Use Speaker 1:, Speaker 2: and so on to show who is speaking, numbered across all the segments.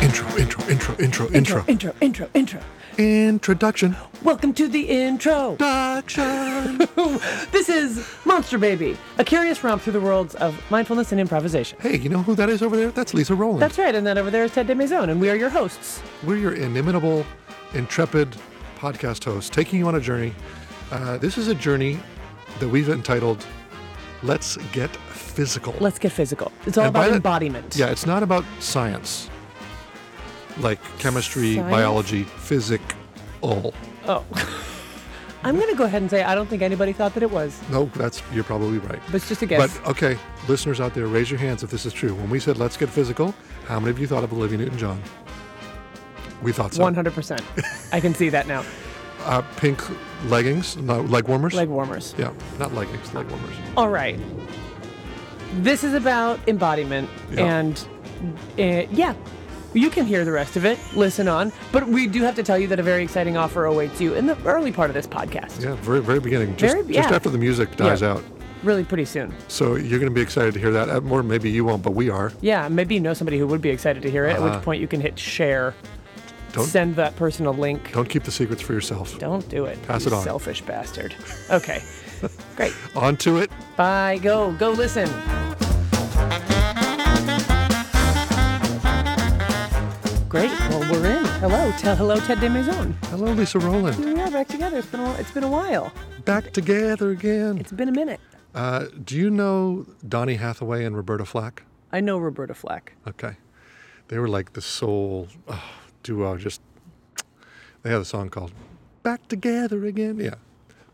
Speaker 1: Intro, intro, intro, intro, intro.
Speaker 2: Intro, intro, intro.
Speaker 1: Introduction.
Speaker 2: Welcome to the intro.
Speaker 1: Duction.
Speaker 2: This is Monster Baby, a curious romp through the worlds of mindfulness and improvisation.
Speaker 1: hey, you know who that is over there? That's Lisa Rowland.
Speaker 2: That's right, and that over there is Ted DeMaison, and we are your hosts.
Speaker 1: We're your inimitable, intrepid podcast host taking you on a journey. Uh, this is a journey that we've entitled Let's Get Physical.
Speaker 2: Let's get physical. It's all
Speaker 1: And by
Speaker 2: about
Speaker 1: that-
Speaker 2: embodiment.
Speaker 1: yeah, it's not about science like chemistry,
Speaker 2: Science?
Speaker 1: biology, physic, all.
Speaker 2: Oh. I'm going to go ahead and say I don't think anybody thought that it was,
Speaker 1: No, that's you're probably right.
Speaker 2: but it's just a guess.
Speaker 1: But okay, listeners out there, raise your hands if this is true. When we said let's get physical, how many of you thought of Olivia Newton-John? We thought so.
Speaker 2: 100%. I can see that now.
Speaker 1: Uh, pink leggings, no, leg warmers.
Speaker 2: Leg warmers.
Speaker 1: yeah, not leggings, leg warmers.
Speaker 2: All right. This is about embodiment
Speaker 1: Yeah.
Speaker 2: and uh, yeah. You can hear the rest of it, listen on, but we do have to tell you that a very exciting offer awaits you in the early part of this podcast.
Speaker 1: Yeah, very very beginning, just
Speaker 2: Very-
Speaker 1: just
Speaker 2: yeah.
Speaker 1: after the music dies
Speaker 2: Yeah.
Speaker 1: out.
Speaker 2: Really pretty soon.
Speaker 1: So you're going to be excited to hear that, Uh, or maybe you won't, but we are.
Speaker 2: Yeah, maybe you know somebody who would be excited to hear it, at which point you can hit share,
Speaker 1: Uh-huh. Don't-
Speaker 2: send that person a link.
Speaker 1: Don't keep the secrets for yourself.
Speaker 2: Don't do it.
Speaker 1: Pass
Speaker 2: you
Speaker 1: it on.
Speaker 2: Selfish bastard. Okay. Great.
Speaker 1: On to it.
Speaker 2: Bye. Go. Go listen. Great. Well, we're in. Hello. Tell hello, Ted DeMaison.
Speaker 1: Hello, Lisa Rowland.
Speaker 2: We are back together. It's been a, it's been a while.
Speaker 1: Back together again.
Speaker 2: It's been a minute.
Speaker 1: Uh, do you know Donnie Hathaway and Roberta Flack?
Speaker 2: I know Roberta Flack.
Speaker 1: Okay. They were like the soul oh, duo. Just they had a song called "Back Together Again." Yeah,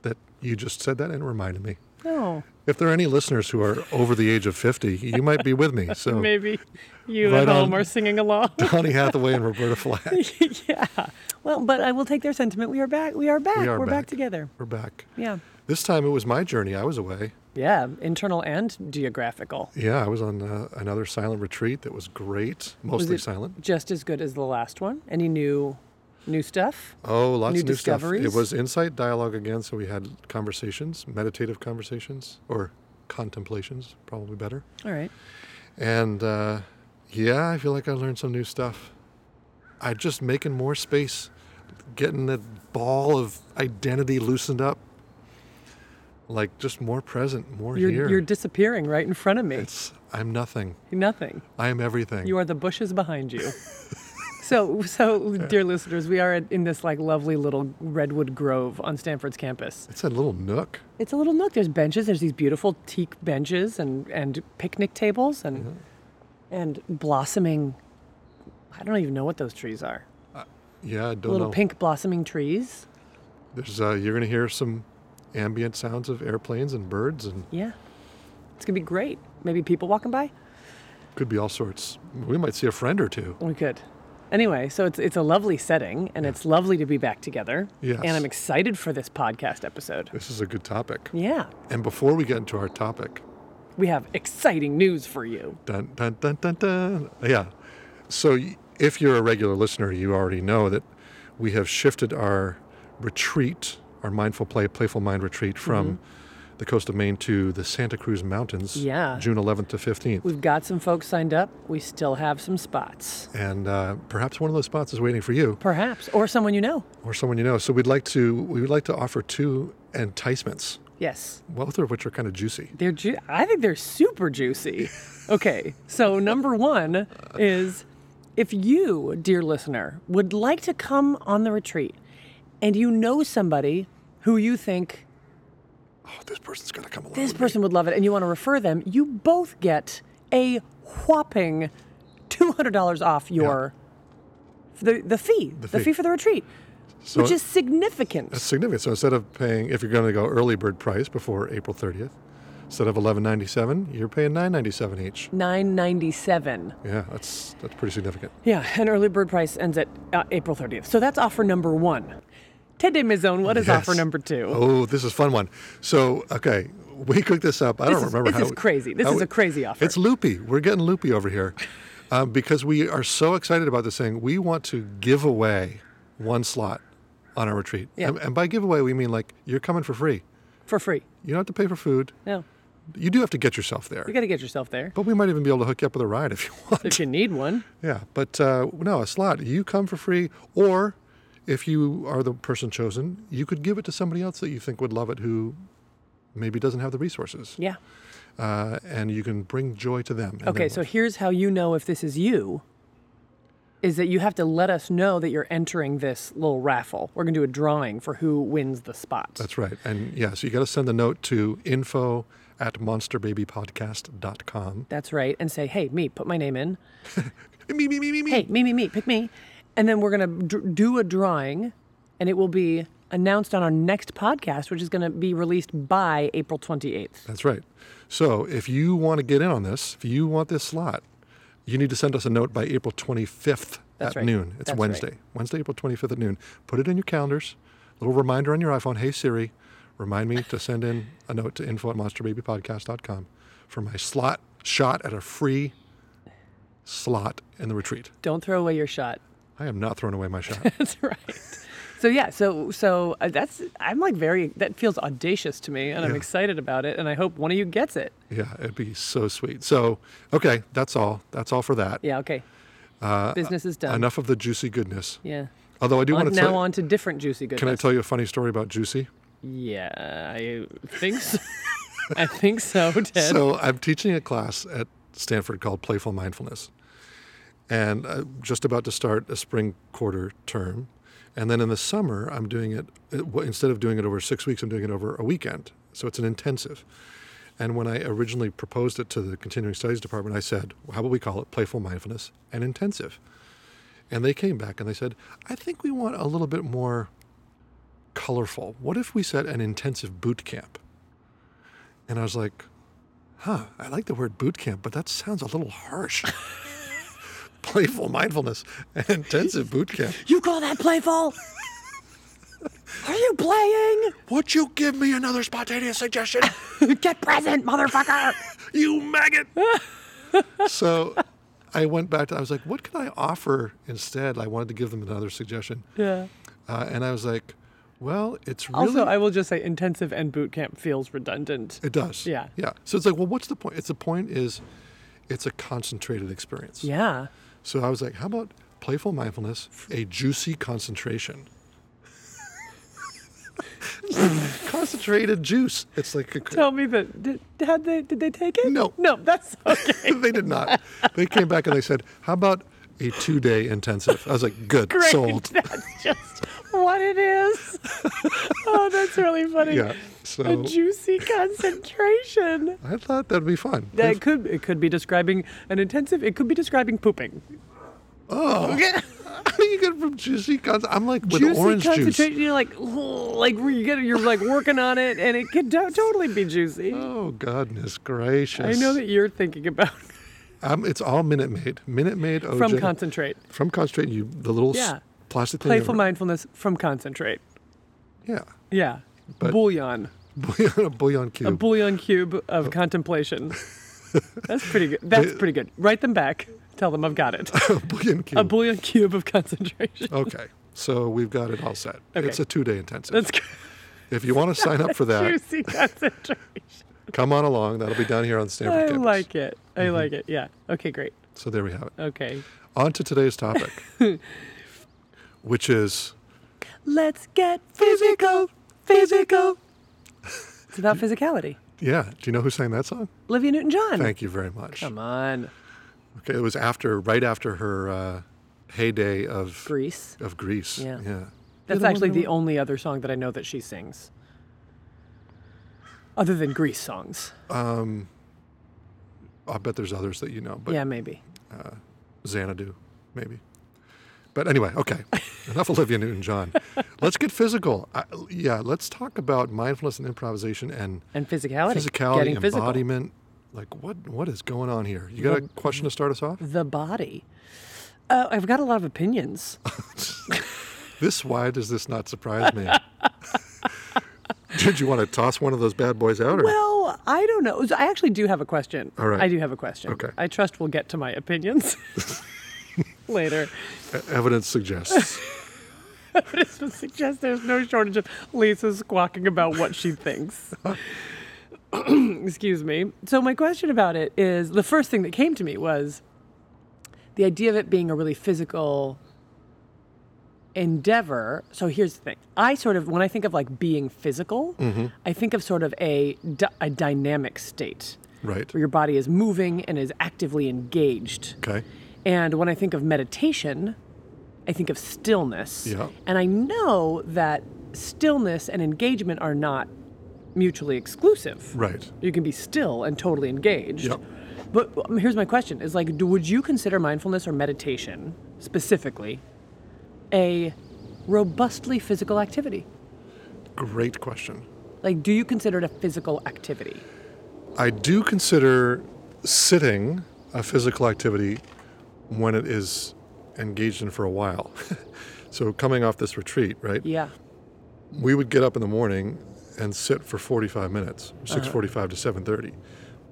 Speaker 1: that you just said that and it reminded me.
Speaker 2: No.
Speaker 1: If there are any listeners who are over the age of fifty, you might be with me. So
Speaker 2: Maybe you
Speaker 1: Oh. Right
Speaker 2: at home
Speaker 1: on.
Speaker 2: are singing along.
Speaker 1: Donny Hathaway and Roberta Flack,
Speaker 2: yeah. Well, but I will take their sentiment. We are back. We are back.
Speaker 1: We are
Speaker 2: are back
Speaker 1: back.
Speaker 2: together.
Speaker 1: we're back.
Speaker 2: Yeah.
Speaker 1: This time it was my journey. I was away.
Speaker 2: Yeah. Internal and geographical.
Speaker 1: Yeah, I was on uh, another silent retreat that was great, mostly
Speaker 2: it-
Speaker 1: silent.
Speaker 2: Just as good as the last one. Any new, new stuff?
Speaker 1: Oh, lots
Speaker 2: New
Speaker 1: of new stuff. It
Speaker 2: discoveries?
Speaker 1: was insight dialogue again, so we had conversations, meditative conversations, or contemplations, probably better.
Speaker 2: All right.
Speaker 1: And uh, yeah, I feel like I learned some new stuff. I'm just making more space, getting the ball of identity loosened up, like just more present, more
Speaker 2: You're,
Speaker 1: here.
Speaker 2: you're disappearing right in front of me.
Speaker 1: it's I'm nothing.
Speaker 2: Nothing.
Speaker 1: I am everything.
Speaker 2: You are the bushes behind you. so, so, dear listeners, we are in this like lovely little redwood grove on Stanford's campus.
Speaker 1: it's a little nook.
Speaker 2: It's a little nook. There's benches. There's these beautiful teak benches and and picnic tables and
Speaker 1: Mm-hmm.
Speaker 2: and blossoming. I don't even know what those trees are.
Speaker 1: Yeah, I don't
Speaker 2: Little
Speaker 1: know.
Speaker 2: pink blossoming trees.
Speaker 1: There's uh, you're gonna hear some ambient sounds of airplanes and birds and
Speaker 2: Yeah, it's gonna be great. Maybe people walking by.
Speaker 1: Could be all sorts. We might see a friend or two.
Speaker 2: We could. Anyway, so it's it's a lovely setting, and it's lovely to be back together.
Speaker 1: Yes.
Speaker 2: And I'm excited for this podcast episode.
Speaker 1: This is a good topic.
Speaker 2: Yeah,
Speaker 1: And before we get into our topic,
Speaker 2: we have exciting news for you.
Speaker 1: dun dun dun dun dun. Yeah. So y- if you're a regular listener, you already know that we have shifted our retreat, our mindful play, playful mind retreat from the coast of Maine to the Santa Cruz Mountains.
Speaker 2: Mm-hmm. Yeah.
Speaker 1: June 11th to 15th.
Speaker 2: We've got some folks signed up. We still have some spots,
Speaker 1: and uh, perhaps one of those spots is waiting for you.
Speaker 2: perhaps, or someone you know.
Speaker 1: or someone you know. So we'd like to we would like to offer two enticements,
Speaker 2: Yes.
Speaker 1: both of which are kind of juicy.
Speaker 2: They're ju- I think they're super juicy. Okay, so number one is if you, dear listener, would like to come on the retreat and you know somebody who you think
Speaker 1: Oh, this person's gonna come along. with
Speaker 2: this
Speaker 1: me.
Speaker 2: person would love it and you want to refer them, you both get a whopping $200 off your the, the fee, the,
Speaker 1: fee.
Speaker 2: fee for the retreat,
Speaker 1: So-
Speaker 2: which is significant.
Speaker 1: That's significant. So instead of paying, if you're going to go early bird price before April 30th, instead of 11.97, you're paying 9.97 each.
Speaker 2: 997.
Speaker 1: Yeah, that's that's pretty significant.
Speaker 2: Yeah, and early bird price ends at uh, April 30th. So that's offer number one. Ted DeMaison, what is offer
Speaker 1: Yes.
Speaker 2: number two?
Speaker 1: Oh, this is a fun one. So okay, we cooked this up. I
Speaker 2: This
Speaker 1: don't
Speaker 2: is-
Speaker 1: remember
Speaker 2: this
Speaker 1: how.
Speaker 2: is crazy. This
Speaker 1: how
Speaker 2: is a
Speaker 1: it-
Speaker 2: crazy offer.
Speaker 1: It's loopy. We're getting loopy over here, uh, because we are so excited about this thing. We want to give away one slot on our retreat,
Speaker 2: Yeah.
Speaker 1: and, and by giveaway we mean like you're coming for free.
Speaker 2: For free.
Speaker 1: You don't have to pay for food.
Speaker 2: No.
Speaker 1: You do have to get yourself there.
Speaker 2: You got to get yourself there
Speaker 1: But we might even be able to hook you up with a ride if you want.
Speaker 2: if you need one.
Speaker 1: Yeah, but uh, no, a slot. You come for free, or if you are the person chosen, you could give it to somebody else that you think would love it who maybe doesn't have the resources,
Speaker 2: Yeah.
Speaker 1: uh, and you can bring joy to them. in
Speaker 2: Okay,
Speaker 1: their
Speaker 2: so
Speaker 1: life.
Speaker 2: here's how you know if this is you is that you have to let us know that you're entering this little raffle. We're going to do a drawing for who wins the spot.
Speaker 1: that's right, and yeah, so you got to send the note to info at monsterbabypodcast.com.
Speaker 2: That's right. And say, "Hey, me, put my name in."
Speaker 1: Me, me, me, me, me.
Speaker 2: "Hey, me, me, me, pick me." And then we're going to d- do a drawing and it will be announced on our next podcast, which is going to be released by April 28th.
Speaker 1: That's right. So if you want to get in on this, if you want this slot, you need to send us a note by April 25th
Speaker 2: That's
Speaker 1: at
Speaker 2: right.
Speaker 1: noon. It's
Speaker 2: That's right.
Speaker 1: Wednesday. Wednesday, April 25th at noon. Put it in your calendars. Little reminder on your iPhone. Hey Siri, remind me to send in a note to info at monsterbabypodcast.com for my slot shot at a free slot in the retreat.
Speaker 2: Don't throw away your shot.
Speaker 1: I am not throwing away my shot.
Speaker 2: That's right. So yeah, so so uh, that's I'm like very that feels audacious to me and I'm
Speaker 1: Yeah.
Speaker 2: excited about it and I hope one of you gets it.
Speaker 1: yeah, it'd be so sweet. So, okay, that's all. That's all for that.
Speaker 2: Yeah, okay.
Speaker 1: Uh,
Speaker 2: Business is done.
Speaker 1: Enough of the juicy goodness.
Speaker 2: Yeah.
Speaker 1: Although I do
Speaker 2: On-
Speaker 1: want to
Speaker 2: now
Speaker 1: tell
Speaker 2: on to different juicy goodness.
Speaker 1: Can I tell you a funny story about Juicy?
Speaker 2: Yeah, I think so. I think so, Ted.
Speaker 1: So I'm teaching a class at Stanford called Playful Mindfulness, and I'm just about to start a spring quarter term, and then in the summer I'm doing it it- w- instead of doing it over six weeks, I'm doing it over a weekend. So it's an intensive. And when I originally proposed it to the continuing studies department, I said, well, "How about we call it Playful Mindfulness and Intensive?" And they came back and they said, "I think we want a little bit more colorful. What if we said an intensive boot camp?" And I was like, huh, I like the word boot camp, but that sounds a little harsh. Playful mindfulness and intensive boot camp.
Speaker 2: you call that playful? Are you playing?
Speaker 1: Would you give me another spontaneous suggestion?
Speaker 2: Get present, motherfucker.
Speaker 1: you maggot. so I went back to, I was like, what could I offer instead? I wanted to give them another suggestion.
Speaker 2: Yeah.
Speaker 1: Uh, and I was like, well, it's really.
Speaker 2: Also, I will just say intensive and boot camp feels redundant.
Speaker 1: it does.
Speaker 2: Yeah.
Speaker 1: Yeah. So it's like, well, what's the point? It's the point is it's a concentrated experience.
Speaker 2: Yeah.
Speaker 1: So I was like, how about playful mindfulness, a juicy concentration? Concentrated juice. It's like a,
Speaker 2: Tell me that did, had they did they take it?
Speaker 1: No.
Speaker 2: No, that's okay.
Speaker 1: they did not. They came back and they said, how about a two day intensive? I was like, good,
Speaker 2: Great.
Speaker 1: sold.
Speaker 2: That's just what it is. oh, that's really funny.
Speaker 1: Yeah.
Speaker 2: A
Speaker 1: So
Speaker 2: juicy concentration.
Speaker 1: I thought that'd be fun.
Speaker 2: That it could it could be describing an intensive. It could be describing pooping.
Speaker 1: Oh, how do you get from juicy concentration? I'm like with
Speaker 2: juicy
Speaker 1: orange juice.
Speaker 2: concentration. You're like "Oh," like where you get you're like working on it, and it could to- totally be juicy.
Speaker 1: Oh, goodness gracious.
Speaker 2: I know that you're thinking about
Speaker 1: Um, it's all Minute Maid. Minute Maid OJ.
Speaker 2: from concentrate,
Speaker 1: From concentrate, you, the little s-
Speaker 2: Yeah.
Speaker 1: plastic thing.
Speaker 2: playful
Speaker 1: over-
Speaker 2: mindfulness from concentrate.
Speaker 1: Yeah.
Speaker 2: Yeah,
Speaker 1: But-
Speaker 2: bouillon,
Speaker 1: Bouillon, a bouillon
Speaker 2: a
Speaker 1: cube.
Speaker 2: bouillon cube of contemplation. That's pretty good. That's pretty good. Write them back. Tell them I've got it.
Speaker 1: A bouillon cube.
Speaker 2: A bouillon cube of concentration.
Speaker 1: okay. So we've got it all set.
Speaker 2: Okay.
Speaker 1: It's a two day intensive.
Speaker 2: That's good.
Speaker 1: if you want to sign up for that,
Speaker 2: juicy concentration.
Speaker 1: come on along. That'll be down here on Stanford
Speaker 2: I
Speaker 1: campus. Mm-hmm.
Speaker 2: like it. I like it. Yeah. Okay. Great.
Speaker 1: so there we have it.
Speaker 2: Okay.
Speaker 1: On to today's topic, which is
Speaker 2: Let's get physical, physical. It's about physicality.
Speaker 1: yeah. Do you know who sang that song?
Speaker 2: Olivia Newton John.
Speaker 1: Thank you very much.
Speaker 2: Come on.
Speaker 1: Okay, it was after, right after her uh, heyday of
Speaker 2: Greece.
Speaker 1: of Greece.
Speaker 2: Yeah.
Speaker 1: yeah. You're
Speaker 2: That's
Speaker 1: one
Speaker 2: actually
Speaker 1: that
Speaker 2: the only other song that I know that she sings. Other than Greece songs.
Speaker 1: I bet there's others that you know, but
Speaker 2: yeah, maybe.
Speaker 1: Xanadu, maybe. But anyway, okay. Enough Olivia Newton John. Let's get physical. I, yeah, let's talk about mindfulness and improvisation and
Speaker 2: And physicality.
Speaker 1: physicality,
Speaker 2: Getting physical.
Speaker 1: embodiment. Like, what what is going on here? You got a question to start us off?
Speaker 2: The body. Uh, I've got a lot of opinions.
Speaker 1: This why does this not surprise me? Did you want to toss one of those bad boys out? Or?
Speaker 2: Well, I don't know. I actually do have a question.
Speaker 1: All right.
Speaker 2: I do have a question.
Speaker 1: Okay.
Speaker 2: I trust we'll get to my opinions later.
Speaker 1: E- Evidence suggests.
Speaker 2: This would suggest there's no shortage of Lisa squawking about what she thinks. excuse me. So my question about it is the first thing that came to me was the idea of it being a really physical endeavor. So here's the thing. I sort of when I think of like being physical,
Speaker 1: Mm-hmm.
Speaker 2: I think of sort of a dy- a dynamic state
Speaker 1: Right.
Speaker 2: where your body is moving and is actively engaged.
Speaker 1: Okay.
Speaker 2: And when I think of meditation, I think of stillness.
Speaker 1: Yeah.
Speaker 2: And I know that stillness and engagement are not mutually exclusive.
Speaker 1: Right.
Speaker 2: You can be still and totally engaged.
Speaker 1: Yep.
Speaker 2: But um, here's my question: Is like, do, would you consider mindfulness or meditation specifically a robustly physical activity?
Speaker 1: Great question.
Speaker 2: Like, do you consider it a physical activity?
Speaker 1: I do consider sitting a physical activity when it is engaged in for a while. so coming off this retreat, right?
Speaker 2: Yeah.
Speaker 1: We would get up in the morning and sit for 45 minutes,
Speaker 2: Uh-huh.
Speaker 1: 6:45 to 7:30.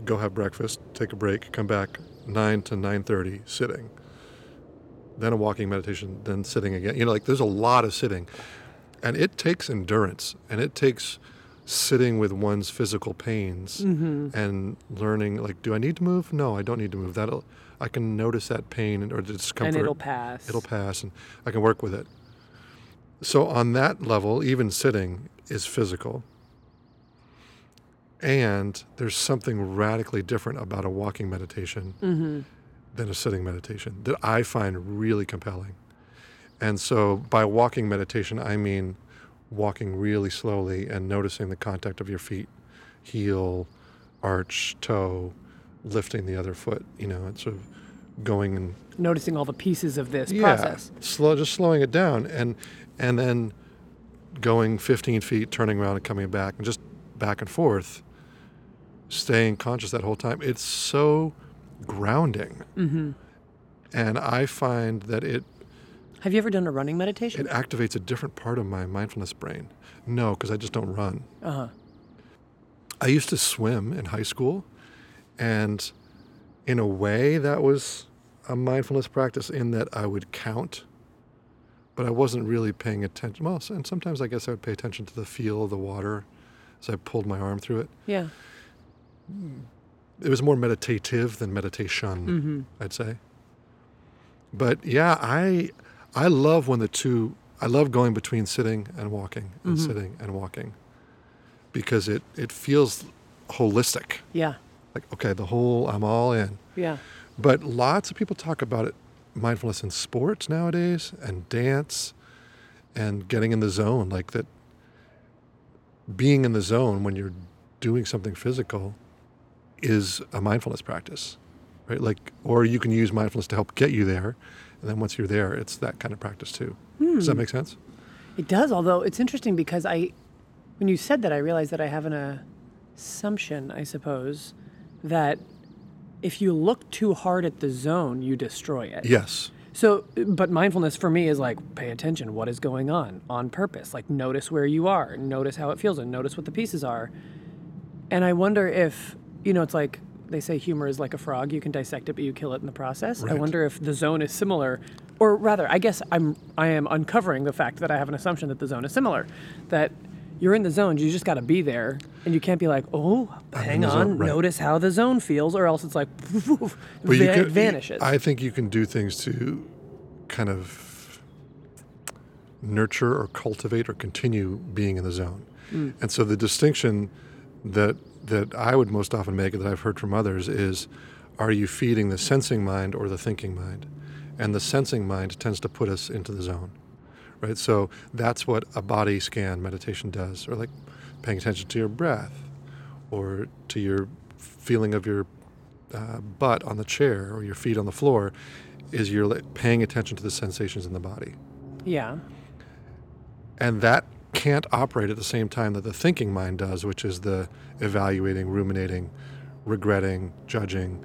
Speaker 1: Go have breakfast, take a break, come back 9 to 9:30 sitting. Then a walking meditation, then sitting again. You know, like there's a lot of sitting. And it takes endurance and it takes sitting with one's physical pains
Speaker 2: Mm-hmm.
Speaker 1: and learning like do I need to move? No, I don't need to move. That'll I can notice that pain and- or the discomfort
Speaker 2: And it'll pass.
Speaker 1: it'll pass and I can work with it. So on that level, even sitting is physical. And there's something radically different about a walking meditation than a sitting meditation that I find really compelling. And so by walking meditation, I mean walking really slowly and noticing the contact of your feet, heel, arch, toe, lifting the other foot, you know, and sort of going and
Speaker 2: Noticing all the pieces of this
Speaker 1: yeah,
Speaker 2: process.
Speaker 1: Slow, just slowing it down, and and then going 15 feet, turning around and coming back, and just back and forth, staying conscious that whole time. It's so grounding, and I find that it
Speaker 2: Have you ever done a running meditation?
Speaker 1: it activates a different part of my mindfulness brain. No, because I just don't run.
Speaker 2: uh huh.
Speaker 1: I used to swim in high school, and in a way, that was a mindfulness practice in that I would count, but I wasn't really paying attention. Well, s- and sometimes I guess I would pay attention to the feel of the water as I pulled my arm through it.
Speaker 2: Yeah.
Speaker 1: It was more meditative than meditation, I'd say. But yeah, I I love when the two I love going between sitting and walking and sitting and walking because it it feels holistic.
Speaker 2: Yeah.
Speaker 1: like okay the whole i'm all in
Speaker 2: Yeah.
Speaker 1: but lots of people talk about it mindfulness in sports nowadays and dance and getting in the zone like that being in the zone when you're doing something physical is a mindfulness practice right like or you can use mindfulness to help get you there and then once you're there it's that kind of practice too does that make sense
Speaker 2: It does, although it's interesting because I, when you said that, I realized that I have an assumption, I suppose, that if you look too hard at the zone, you destroy it.
Speaker 1: yes
Speaker 2: So, but mindfulness for me is like pay attention, what is going on on purpose? Like notice where you are, notice how it feels, and notice what the pieces are. And I wonder if, you know, it's like they say humor is like a frog, you can dissect it, but you kill it in the process. I
Speaker 1: Right.
Speaker 2: wonder if the zone is similar, or rather, I guess I'm I am uncovering the fact that I have an assumption that the zone is similar, that you're in the zone, you just got to be there, and you can't be like, oh, hang
Speaker 1: the
Speaker 2: on,
Speaker 1: zone," right.
Speaker 2: notice how the zone feels, or else it's like,
Speaker 1: But you
Speaker 2: va-
Speaker 1: can-
Speaker 2: vanishes.
Speaker 1: I think you can do things to kind of nurture or cultivate or continue being in the zone.
Speaker 2: Mm.
Speaker 1: And so the distinction that that I would most often make that I've heard from others is are you feeding the sensing mind or the thinking mind? And the sensing mind tends to put us into the zone. Right? So that's what a body scan meditation does or like paying attention to your breath or to your feeling of your uh, butt on the chair or your feet on the floor is you're like, paying attention to the sensations in the body.
Speaker 2: yeah.
Speaker 1: And that can't operate at the same time that the thinking mind does, which is the evaluating, ruminating, regretting, judging,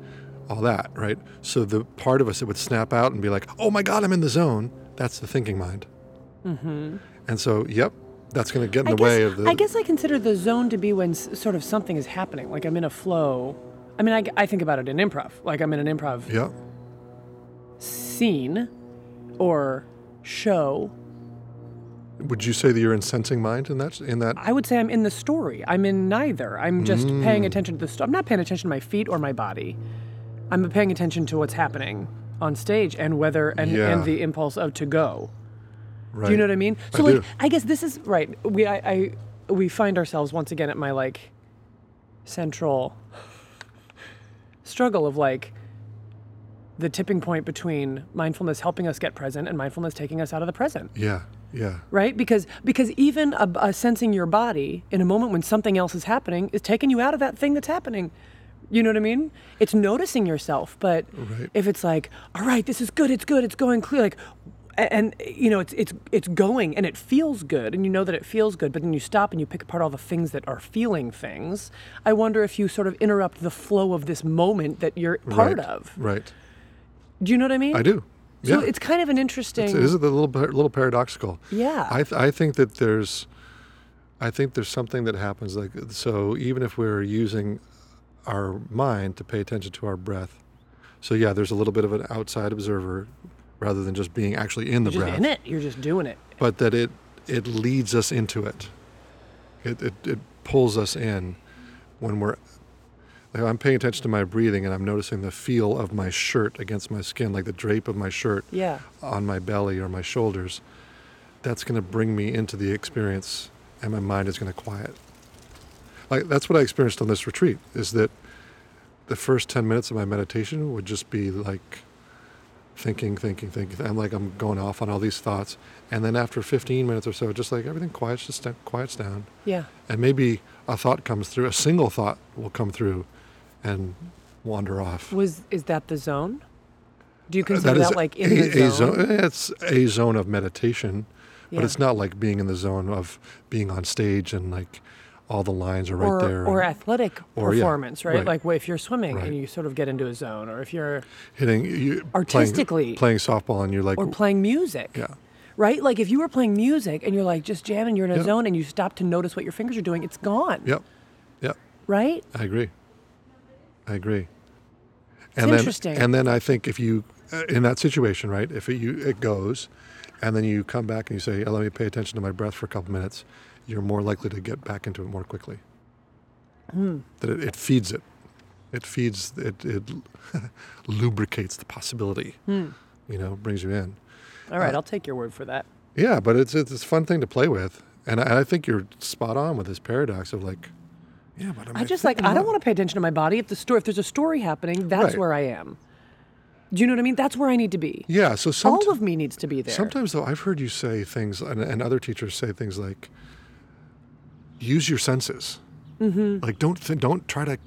Speaker 1: all that, right? So the part of us that would snap out and be like, oh my God, I'm in the zone, that's the thinking mind. And so, yep, that's going to get in the
Speaker 2: Mm-hmm. I guess,
Speaker 1: way of the.
Speaker 2: I guess I consider the zone to be when s- sort of something is happening. Like I'm in a flow. I mean, I, I think about it in improv. Like I'm in an improv
Speaker 1: Yeah,
Speaker 2: scene or show
Speaker 1: Would you say that you're in sensing mind in that? In that,
Speaker 2: I would say I'm in the story. I'm in neither. I'm just
Speaker 1: Mm.
Speaker 2: paying attention to the story. I'm not paying attention to my feet or my body. I'm paying attention to what's happening on stage and whether and,
Speaker 1: Yeah.
Speaker 2: and the impulse of to go.
Speaker 1: right?
Speaker 2: Do you know what I mean? So
Speaker 1: I
Speaker 2: like
Speaker 1: do.
Speaker 2: I guess this is right. We I, I we find ourselves once again at my like central struggle of like the tipping point between mindfulness helping us get present and mindfulness taking us out of the present
Speaker 1: Yeah, yeah,
Speaker 2: right because because even a, a sensing your body in a moment when something else is happening is taking you out of that thing that's happening you know what i mean it's noticing yourself but
Speaker 1: Right.
Speaker 2: if it's like all right this is good it's good it's going clear like a- and you know it's it's it's going and it feels good and you know that it feels good but then you stop and you pick apart all the things that are feeling things i wonder if you sort of interrupt the flow of this moment that you're part
Speaker 1: right,
Speaker 2: of
Speaker 1: Right,
Speaker 2: do you know what i mean
Speaker 1: I do.
Speaker 2: so
Speaker 1: yeah,
Speaker 2: it's kind of an interesting
Speaker 1: It is a little par- little paradoxical.
Speaker 2: Yeah.
Speaker 1: I th- I think that there's, I think there's something that happens like so even if we're using our mind to pay attention to our breath, so yeah, there's a little bit of an outside observer rather than just being actually in the
Speaker 2: you're just
Speaker 1: breath,
Speaker 2: in it you're just doing it
Speaker 1: but that it it leads us into it. It it, it pulls us in when we're. like, I'm paying attention to my breathing and I'm noticing the feel of my shirt against my skin, like the drape of my shirt
Speaker 2: yeah
Speaker 1: on my belly or my shoulders, that's going to bring me into the experience and my mind is going to quiet. Like that's what I experienced on this retreat is that the first 10 minutes of my meditation would just be like thinking, thinking, thinking. I'm like I'm going off on all these thoughts and then after 15 minutes or so just like everything quiets just down- quiets down
Speaker 2: yeah
Speaker 1: and maybe a thought comes through, a single thought will come through and wander off.
Speaker 2: Was is that the zone? Do you
Speaker 1: Uh,
Speaker 2: consider that, like in the zone?
Speaker 1: eh, It's a zone of meditation,
Speaker 2: Yeah.
Speaker 1: but it's not like being in the zone of being on stage and like all the lines are right
Speaker 2: or,
Speaker 1: there,
Speaker 2: or
Speaker 1: and
Speaker 2: athletic
Speaker 1: Or, yeah,
Speaker 2: performance, right?
Speaker 1: right.
Speaker 2: Like well, if you're swimming
Speaker 1: Right.
Speaker 2: and you sort of get into a zone, or if you're
Speaker 1: hitting you
Speaker 2: Artistically.
Speaker 1: playing, playing softball, and you're like,
Speaker 2: or playing music,
Speaker 1: yeah,
Speaker 2: right? Like if you were playing music and you're like just jamming, you're in a
Speaker 1: Yeah.
Speaker 2: zone, and you stop to notice what your fingers are doing, it's gone,
Speaker 1: yep, yep,
Speaker 2: right?
Speaker 1: I agree, I agree.
Speaker 2: interesting.
Speaker 1: Then, and then I think if you uh, in that situation, right, if it, you it goes, and then you come back and you say, oh, "Let me pay attention to my breath for a couple minutes," you're more likely to get back into it more quickly.
Speaker 2: Hmm.
Speaker 1: That it, it feeds it, it feeds it, it lubricates the possibility.
Speaker 2: Hmm.
Speaker 1: You know, brings you in.
Speaker 2: All
Speaker 1: Uh,
Speaker 2: right, I'll take your word for that.
Speaker 1: Yeah, but it's it's, it's a fun thing to play with, and I, I think you're spot on with this paradox of like, yeah, but am
Speaker 2: I just like I don't want to pay attention to my body. If the story, if there's a story happening, that's
Speaker 1: Right.
Speaker 2: where I am. Do you know what I mean? That's where I need to be.
Speaker 1: Yeah, so some
Speaker 2: All of me needs to be there.
Speaker 1: Sometimes, though, I've heard you say things, and, and other teachers say things like, "Use your senses." Mm-hmm. Like, don't th- don't try to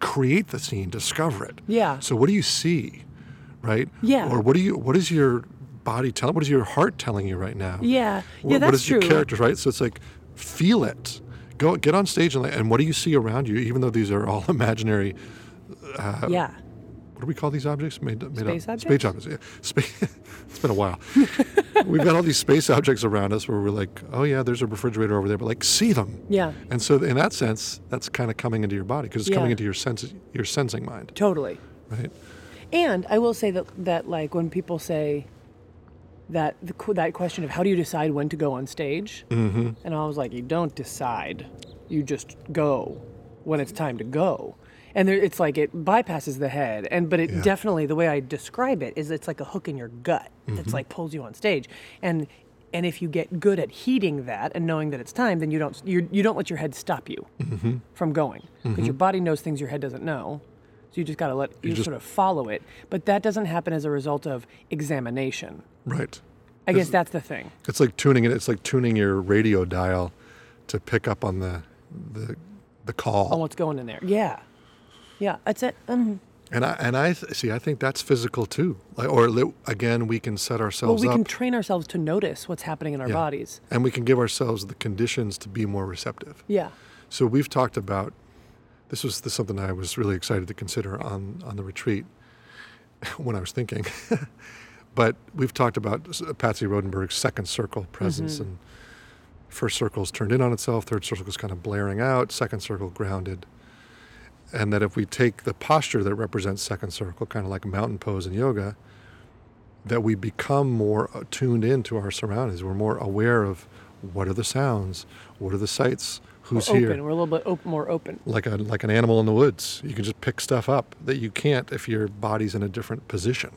Speaker 1: create the scene, discover it.
Speaker 2: Yeah.
Speaker 1: So, what do you see, right?
Speaker 2: Yeah.
Speaker 1: Or what do you? What is your body telling? What is your heart telling you right now?
Speaker 2: yeah,
Speaker 1: Wh-
Speaker 2: yeah, that's
Speaker 1: what is
Speaker 2: true.
Speaker 1: your characters, right? So it's like, feel it. Go get on stage and, like, and what do you see around you? Even though these are all imaginary
Speaker 2: yeah.
Speaker 1: what do we call these objects? Made, made
Speaker 2: Space
Speaker 1: up, Space objects. Yeah. Spa- it's been a while. We've got all these space objects around us where we're like, oh yeah, there's a refrigerator over there, but like see them.
Speaker 2: Yeah.
Speaker 1: And so in that sense, that's kind of coming into your body because it's
Speaker 2: Yeah.
Speaker 1: coming into your sense, your sensing mind,
Speaker 2: Totally.
Speaker 1: right?
Speaker 2: And I will say that that like when people say that the, qu- that question of how do you decide when to go on stage, mm-hmm. and I was like, you don't decide, you just go when it's time to go. And there, it's like it bypasses the head, and but it definitely the way I describe it is it's like a hook in your gut that's like pulls you on stage, and and if you get good at heeding that and knowing that it's time, then you don't you you don't let your head stop you from going because your body knows things your head doesn't know, so you just gotta let Mm-hmm. you,
Speaker 1: just-
Speaker 2: sort of follow it. But that doesn't happen as a result of examination.
Speaker 1: Right.
Speaker 2: I guess that's the thing.
Speaker 1: It's like tuning it. It's like tuning your radio dial to pick up on the the the call.
Speaker 2: on what's going in there. Yeah. Yeah. That's it. Um,
Speaker 1: And I and I th- see. I think that's physical too. Like, or li- again, we can set
Speaker 2: well,
Speaker 1: ourselves
Speaker 2: we
Speaker 1: up.
Speaker 2: can train ourselves to notice what's happening in our
Speaker 1: Yeah.
Speaker 2: bodies.
Speaker 1: and we can give ourselves the conditions to be more receptive.
Speaker 2: Yeah.
Speaker 1: So we've talked about this was this, something I was really excited to consider on on the retreat when I was thinking. but we've talked about s- Patsy Rodenberg's second circle presence and first circle's turned in on itself, third circle's kind of blaring out, second circle grounded. And that if we take the posture that represents second circle, kind of like a mountain pose in yoga, that we become more tuned into our surroundings. We're more aware of what are the sounds, what are the sights, who's
Speaker 2: open.
Speaker 1: here.
Speaker 2: We're a little bit op- more open.
Speaker 1: like a like an animal in the woods. You can just pick stuff up that you can't if your body's in a different position.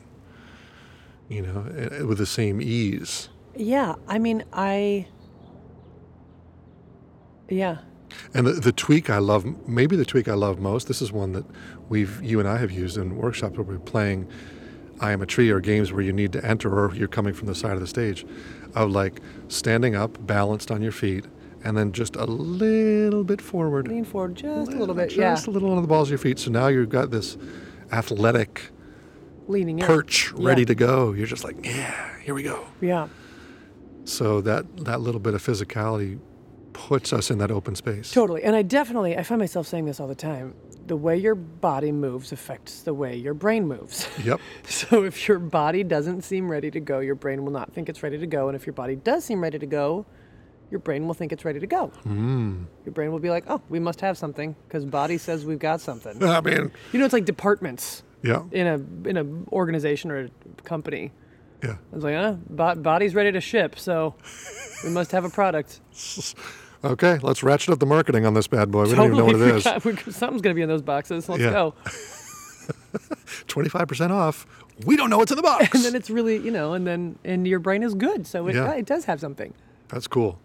Speaker 1: You know, eh, with the same ease.
Speaker 2: Yeah, I mean, I. Yeah.
Speaker 1: And the, the tweak I love, maybe the tweak I love most. This is one that we've you and I have used in workshops where we're playing "I Am a Tree" or games where you need to enter or you're coming from the side of the stage, of like standing up, balanced on your feet, and then just a little bit forward.
Speaker 2: Lean forward just a little bit.
Speaker 1: Just
Speaker 2: yeah.
Speaker 1: a little on the balls of your feet. So now you've got this athletic
Speaker 2: Leaning in.
Speaker 1: perch ready
Speaker 2: Yeah.
Speaker 1: to go. You're just like, yeah, here we go.
Speaker 2: Yeah.
Speaker 1: So that that little bit of physicality puts us in that open space.
Speaker 2: Totally. And I definitely, I find myself saying this all the time. The way your body moves affects the way your brain moves.
Speaker 1: Yep.
Speaker 2: so if your body doesn't seem ready to go, your brain will not think it's ready to go. And if your body does seem ready to go, your brain will think it's ready to go.
Speaker 1: Hmm.
Speaker 2: Your brain will be like, oh, we must have something because body says we've got something.
Speaker 1: I mean,
Speaker 2: you know, it's like departments
Speaker 1: yeah,
Speaker 2: in a in a organization or a company.
Speaker 1: yeah.
Speaker 2: I was like, uh, bo- body's ready to ship, so we must have a product.
Speaker 1: Okay, let's ratchet up the marketing on this bad boy. We don't even know what it is.
Speaker 2: forgot- we- Something's going to be in those boxes. Let's
Speaker 1: Yeah.
Speaker 2: go.
Speaker 1: Twenty-five percent off. We don't know what's in the box.
Speaker 2: And then it's really, you know, and then and your brain is good, so it,
Speaker 1: Yeah.
Speaker 2: it does have something.
Speaker 1: That's cool.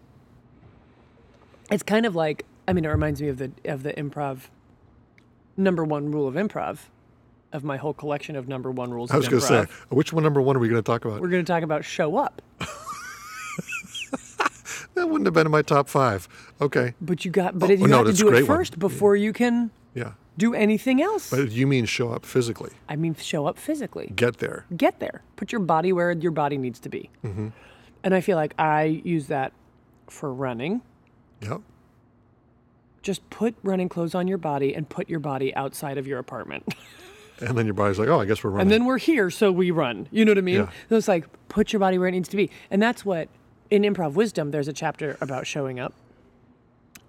Speaker 2: It's kind of like, I mean, it reminds me of the of the improv number one rule of improv, of my whole collection of number one rules.
Speaker 1: I was
Speaker 2: of improv.
Speaker 1: going to say, which one number one are we going to talk about?
Speaker 2: we're going to talk about show up,
Speaker 1: That wouldn't have been in my top five. Okay,
Speaker 2: but you got, but
Speaker 1: Oh,
Speaker 2: you
Speaker 1: no,
Speaker 2: have to
Speaker 1: that's a
Speaker 2: do it
Speaker 1: great one.
Speaker 2: first before you can
Speaker 1: yeah.
Speaker 2: do anything else.
Speaker 1: But you mean show up physically,
Speaker 2: I mean, show up physically.
Speaker 1: get there.
Speaker 2: get there. Put your body where your body needs to be.
Speaker 1: Mm-hmm.
Speaker 2: And I feel like I use that for running.
Speaker 1: Yep.
Speaker 2: Just put running clothes on your body and put your body outside of your apartment.
Speaker 1: And then your body's like, oh, I guess we're running.
Speaker 2: and then we're here, so we run. You know what I mean?
Speaker 1: Yeah.
Speaker 2: So it's like, put your body where it needs to be. And that's what in improv wisdom, there's a chapter about showing up.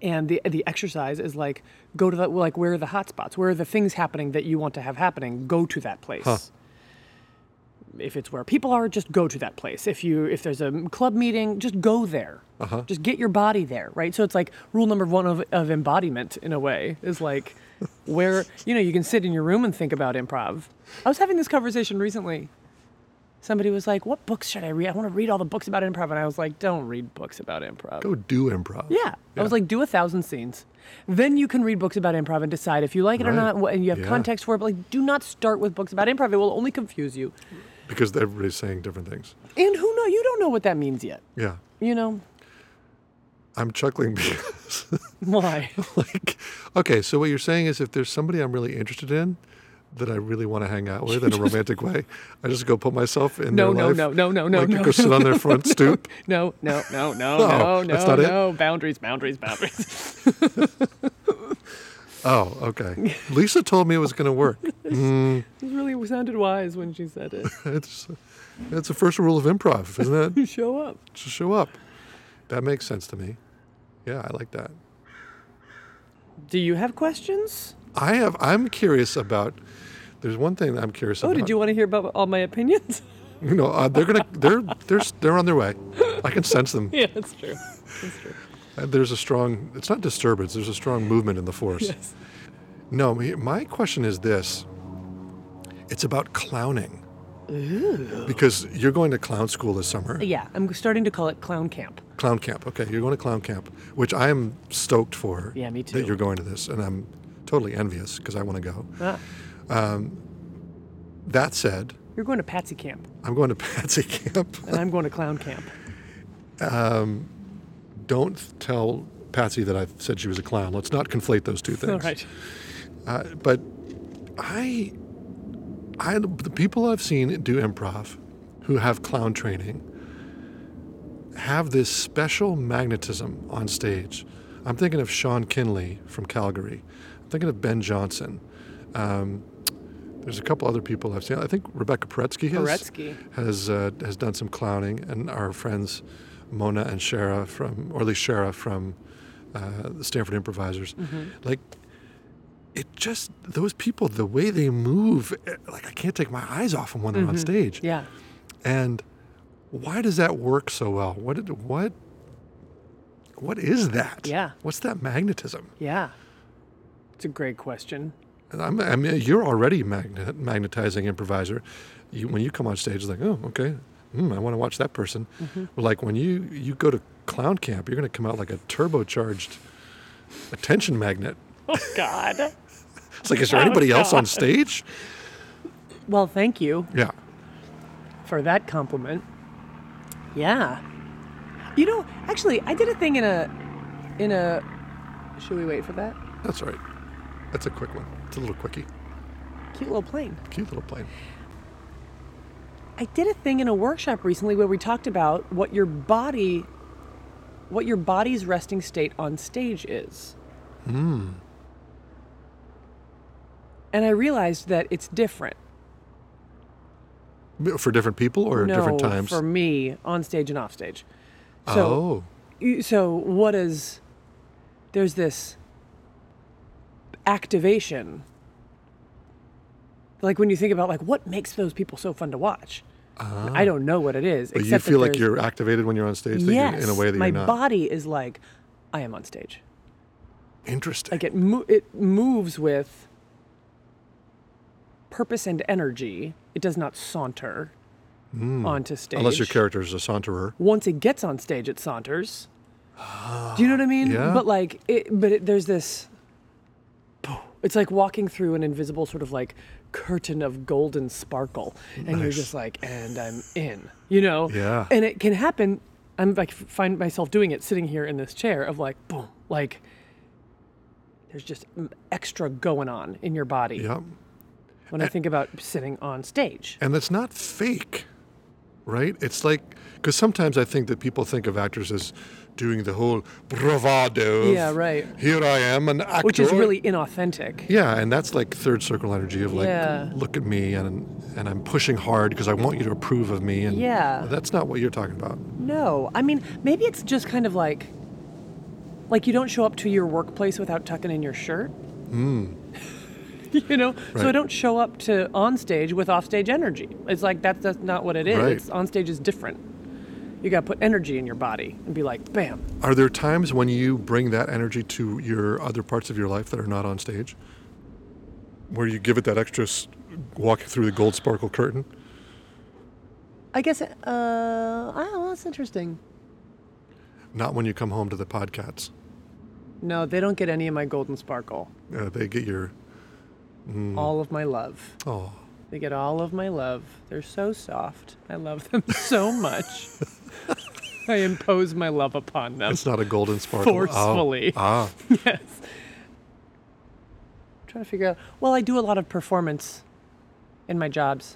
Speaker 2: And the the exercise is like go to the like where are the hot spots? Where are the things happening that you want to have happening? Go to that place. If it's where people are, just go to that place. If you if there's a club meeting, just go there.
Speaker 1: Uh-huh.
Speaker 2: Just get your body there, right? So it's like rule number one of, of embodiment in a way is like where you know you can sit in your room and think about improv. I was having this conversation recently somebody was like, "What books should I read? I want to read all the books about improv." And I was like, "Don't read books about improv."
Speaker 1: go do improv.
Speaker 2: Yeah. I was like, "Do a thousand scenes, then you can read books about improv and decide if you like it or
Speaker 1: Right.
Speaker 2: not, wh- and you have
Speaker 1: Yeah.
Speaker 2: context for it." But like, do not start with books about improv; it will only confuse you.
Speaker 1: Because everybody's saying different things.
Speaker 2: And who know? You don't know what that means yet.
Speaker 1: Yeah.
Speaker 2: You know
Speaker 1: I'm chuckling because,
Speaker 2: why?
Speaker 1: like, okay, so what you're saying is if there's somebody I'm really interested in that I really want to hang out with in a romantic way, I just go put myself in
Speaker 2: No,
Speaker 1: their
Speaker 2: no,
Speaker 1: life.
Speaker 2: no, no, no, no,
Speaker 1: like,
Speaker 2: no,
Speaker 1: Go sit
Speaker 2: no,
Speaker 1: on their front stoop.
Speaker 2: no, no, no, no,
Speaker 1: Oh,
Speaker 2: no, no,
Speaker 1: that's not it?
Speaker 2: no. Boundaries, boundaries, boundaries.
Speaker 1: Oh, okay. Lisa told me it was going to work.
Speaker 2: it really sounded wise when she said it.
Speaker 1: It's, it's the first rule of improv, isn't it?
Speaker 2: You show up.
Speaker 1: Just show up. That makes sense to me. Yeah, I like that.
Speaker 2: Do you have questions?
Speaker 1: I have. I'm curious about. There's one thing that I'm curious
Speaker 2: Oh,
Speaker 1: about.
Speaker 2: did you want to hear about all my opinions?
Speaker 1: You know, uh, they're gonna. They're they're they're on their way. I can sense them.
Speaker 2: yeah, that's true. That's true.
Speaker 1: Uh, There's a strong, it's not disturbance, there's a strong movement in the force.
Speaker 2: Yes.
Speaker 1: No, me- my question is this it's about clowning. Because you're going to clown school this summer,
Speaker 2: Yeah, I'm starting to call it clown camp.
Speaker 1: clown camp. Okay, you're going to clown camp, which I am stoked for.
Speaker 2: Yeah, me too.
Speaker 1: That you're going to this, and I'm totally envious because I want to go.
Speaker 2: Ah,
Speaker 1: That said,
Speaker 2: you're going to Patsy camp,
Speaker 1: I'm going to Patsy camp.
Speaker 2: and I'm going to clown camp.
Speaker 1: Don't tell Patsy that I said she was a clown. Let's not conflate those two things.
Speaker 2: All right.
Speaker 1: Uh, but I, I, the people I've seen do improv who have clown training have this special magnetism on stage. I'm thinking of Sean Kinley from Calgary. I'm thinking of Ben Johnson. Um, there's a couple other people I've seen. I think Rebecca Paretsky has
Speaker 2: Paretsky.
Speaker 1: has uh, has done some clowning, and our friends Mona and Shara from, or at least Shara from uh, the Stanford Improvisers,
Speaker 2: Mm-hmm.
Speaker 1: like it just those people the way they move eh, like i can't take my eyes off them when they're on stage
Speaker 2: Mm-hmm. Yeah.
Speaker 1: And why does that work so well? What did, what what is that?
Speaker 2: Yeah.
Speaker 1: What's that magnetism?
Speaker 2: Yeah. It's a great question.
Speaker 1: And I'm, I mean, you're already magnet, magnetizing improviser. You, when you come on stage, it's like, oh, okay, Hmm, I want to watch that person.
Speaker 2: Mm-hmm.
Speaker 1: Like when you you go to clown camp, you're going to come out like a turbocharged attention magnet.
Speaker 2: Oh, God.
Speaker 1: It's like, is
Speaker 2: Oh,
Speaker 1: there anybody else on stage?
Speaker 2: well, thank you
Speaker 1: Yeah.
Speaker 2: for that compliment. Yeah. You know, actually, I did a thing in a, in a, should we wait for that?
Speaker 1: That's all right. That's a quick one. It's a little quickie.
Speaker 2: Cute little plane.
Speaker 1: Cute little plane.
Speaker 2: I did a thing in a workshop recently where we talked about what your body, what your body's resting state on stage is.
Speaker 1: Hmm.
Speaker 2: And I realized that it's different.
Speaker 1: For different people or
Speaker 2: no,
Speaker 1: different times?
Speaker 2: for me, on stage and off stage. So
Speaker 1: oh,
Speaker 2: you- so what is there's this activation like when you think about like what makes those people so fun to watch i don't know what it is
Speaker 1: Ah. but you
Speaker 2: except that
Speaker 1: feel like
Speaker 2: there's-
Speaker 1: you're activated when you're on stage that you're-
Speaker 2: yes,
Speaker 1: in a way that
Speaker 2: my
Speaker 1: you're not.
Speaker 2: body is like i am on stage
Speaker 1: Interesting.
Speaker 2: like it, mo- it moves with purpose and energy it does not saunter onto stage
Speaker 1: Hmm. Unless your character is a saunterer.
Speaker 2: once it gets on stage, it saunters. Do you know what I mean?
Speaker 1: yeah.
Speaker 2: But like, it, but it, there's this. It's like walking through an invisible sort of like curtain of golden sparkle, and you're
Speaker 1: Nice.
Speaker 2: just like, and I'm in. You know?
Speaker 1: Yeah.
Speaker 2: And it can happen. I'm like find myself doing it sitting here in this chair of like boom, like there's just mm, extra going on in your body
Speaker 1: Yeah.
Speaker 2: when I think about sitting on stage.
Speaker 1: And that's not fake, right? It's like, because sometimes I think that people think of actors as doing the whole bravado. of,
Speaker 2: Yeah, right.
Speaker 1: Here I am, an actor.
Speaker 2: Which is really inauthentic.
Speaker 1: Yeah, and that's like third circle energy of like,
Speaker 2: Yeah.
Speaker 1: look at me, and and I'm pushing hard because I want you to approve of me. And
Speaker 2: Yeah.
Speaker 1: that's not what you're talking about.
Speaker 2: No, I mean maybe it's just kind of like, like you don't show up to your workplace without tucking in your shirt. Mm. you know, so I
Speaker 1: Hmm. Right.
Speaker 2: don't show up to on stage with off stage energy. It's like that's that's not what it is.
Speaker 1: Right.
Speaker 2: It's, on stage is different. You got to put energy in your body and be like, bam.
Speaker 1: Are there times when you bring that energy to your other parts of your life that are not on stage, where you give it that extra s- walk through the gold sparkle curtain?
Speaker 2: I guess. Uh, oh, that's interesting.
Speaker 1: Not when you come home to the podcasts.
Speaker 2: No, they don't get any of my golden sparkle.
Speaker 1: Uh, they get your Hmm.
Speaker 2: All of my love.
Speaker 1: oh.
Speaker 2: They get all of my love. They're so soft. I love them so much. I impose my love upon them.
Speaker 1: It's not a golden sparkle. Oh,
Speaker 2: Forcefully.
Speaker 1: ah,
Speaker 2: yes. trying to figure out. Well, I do a lot of performance in my jobs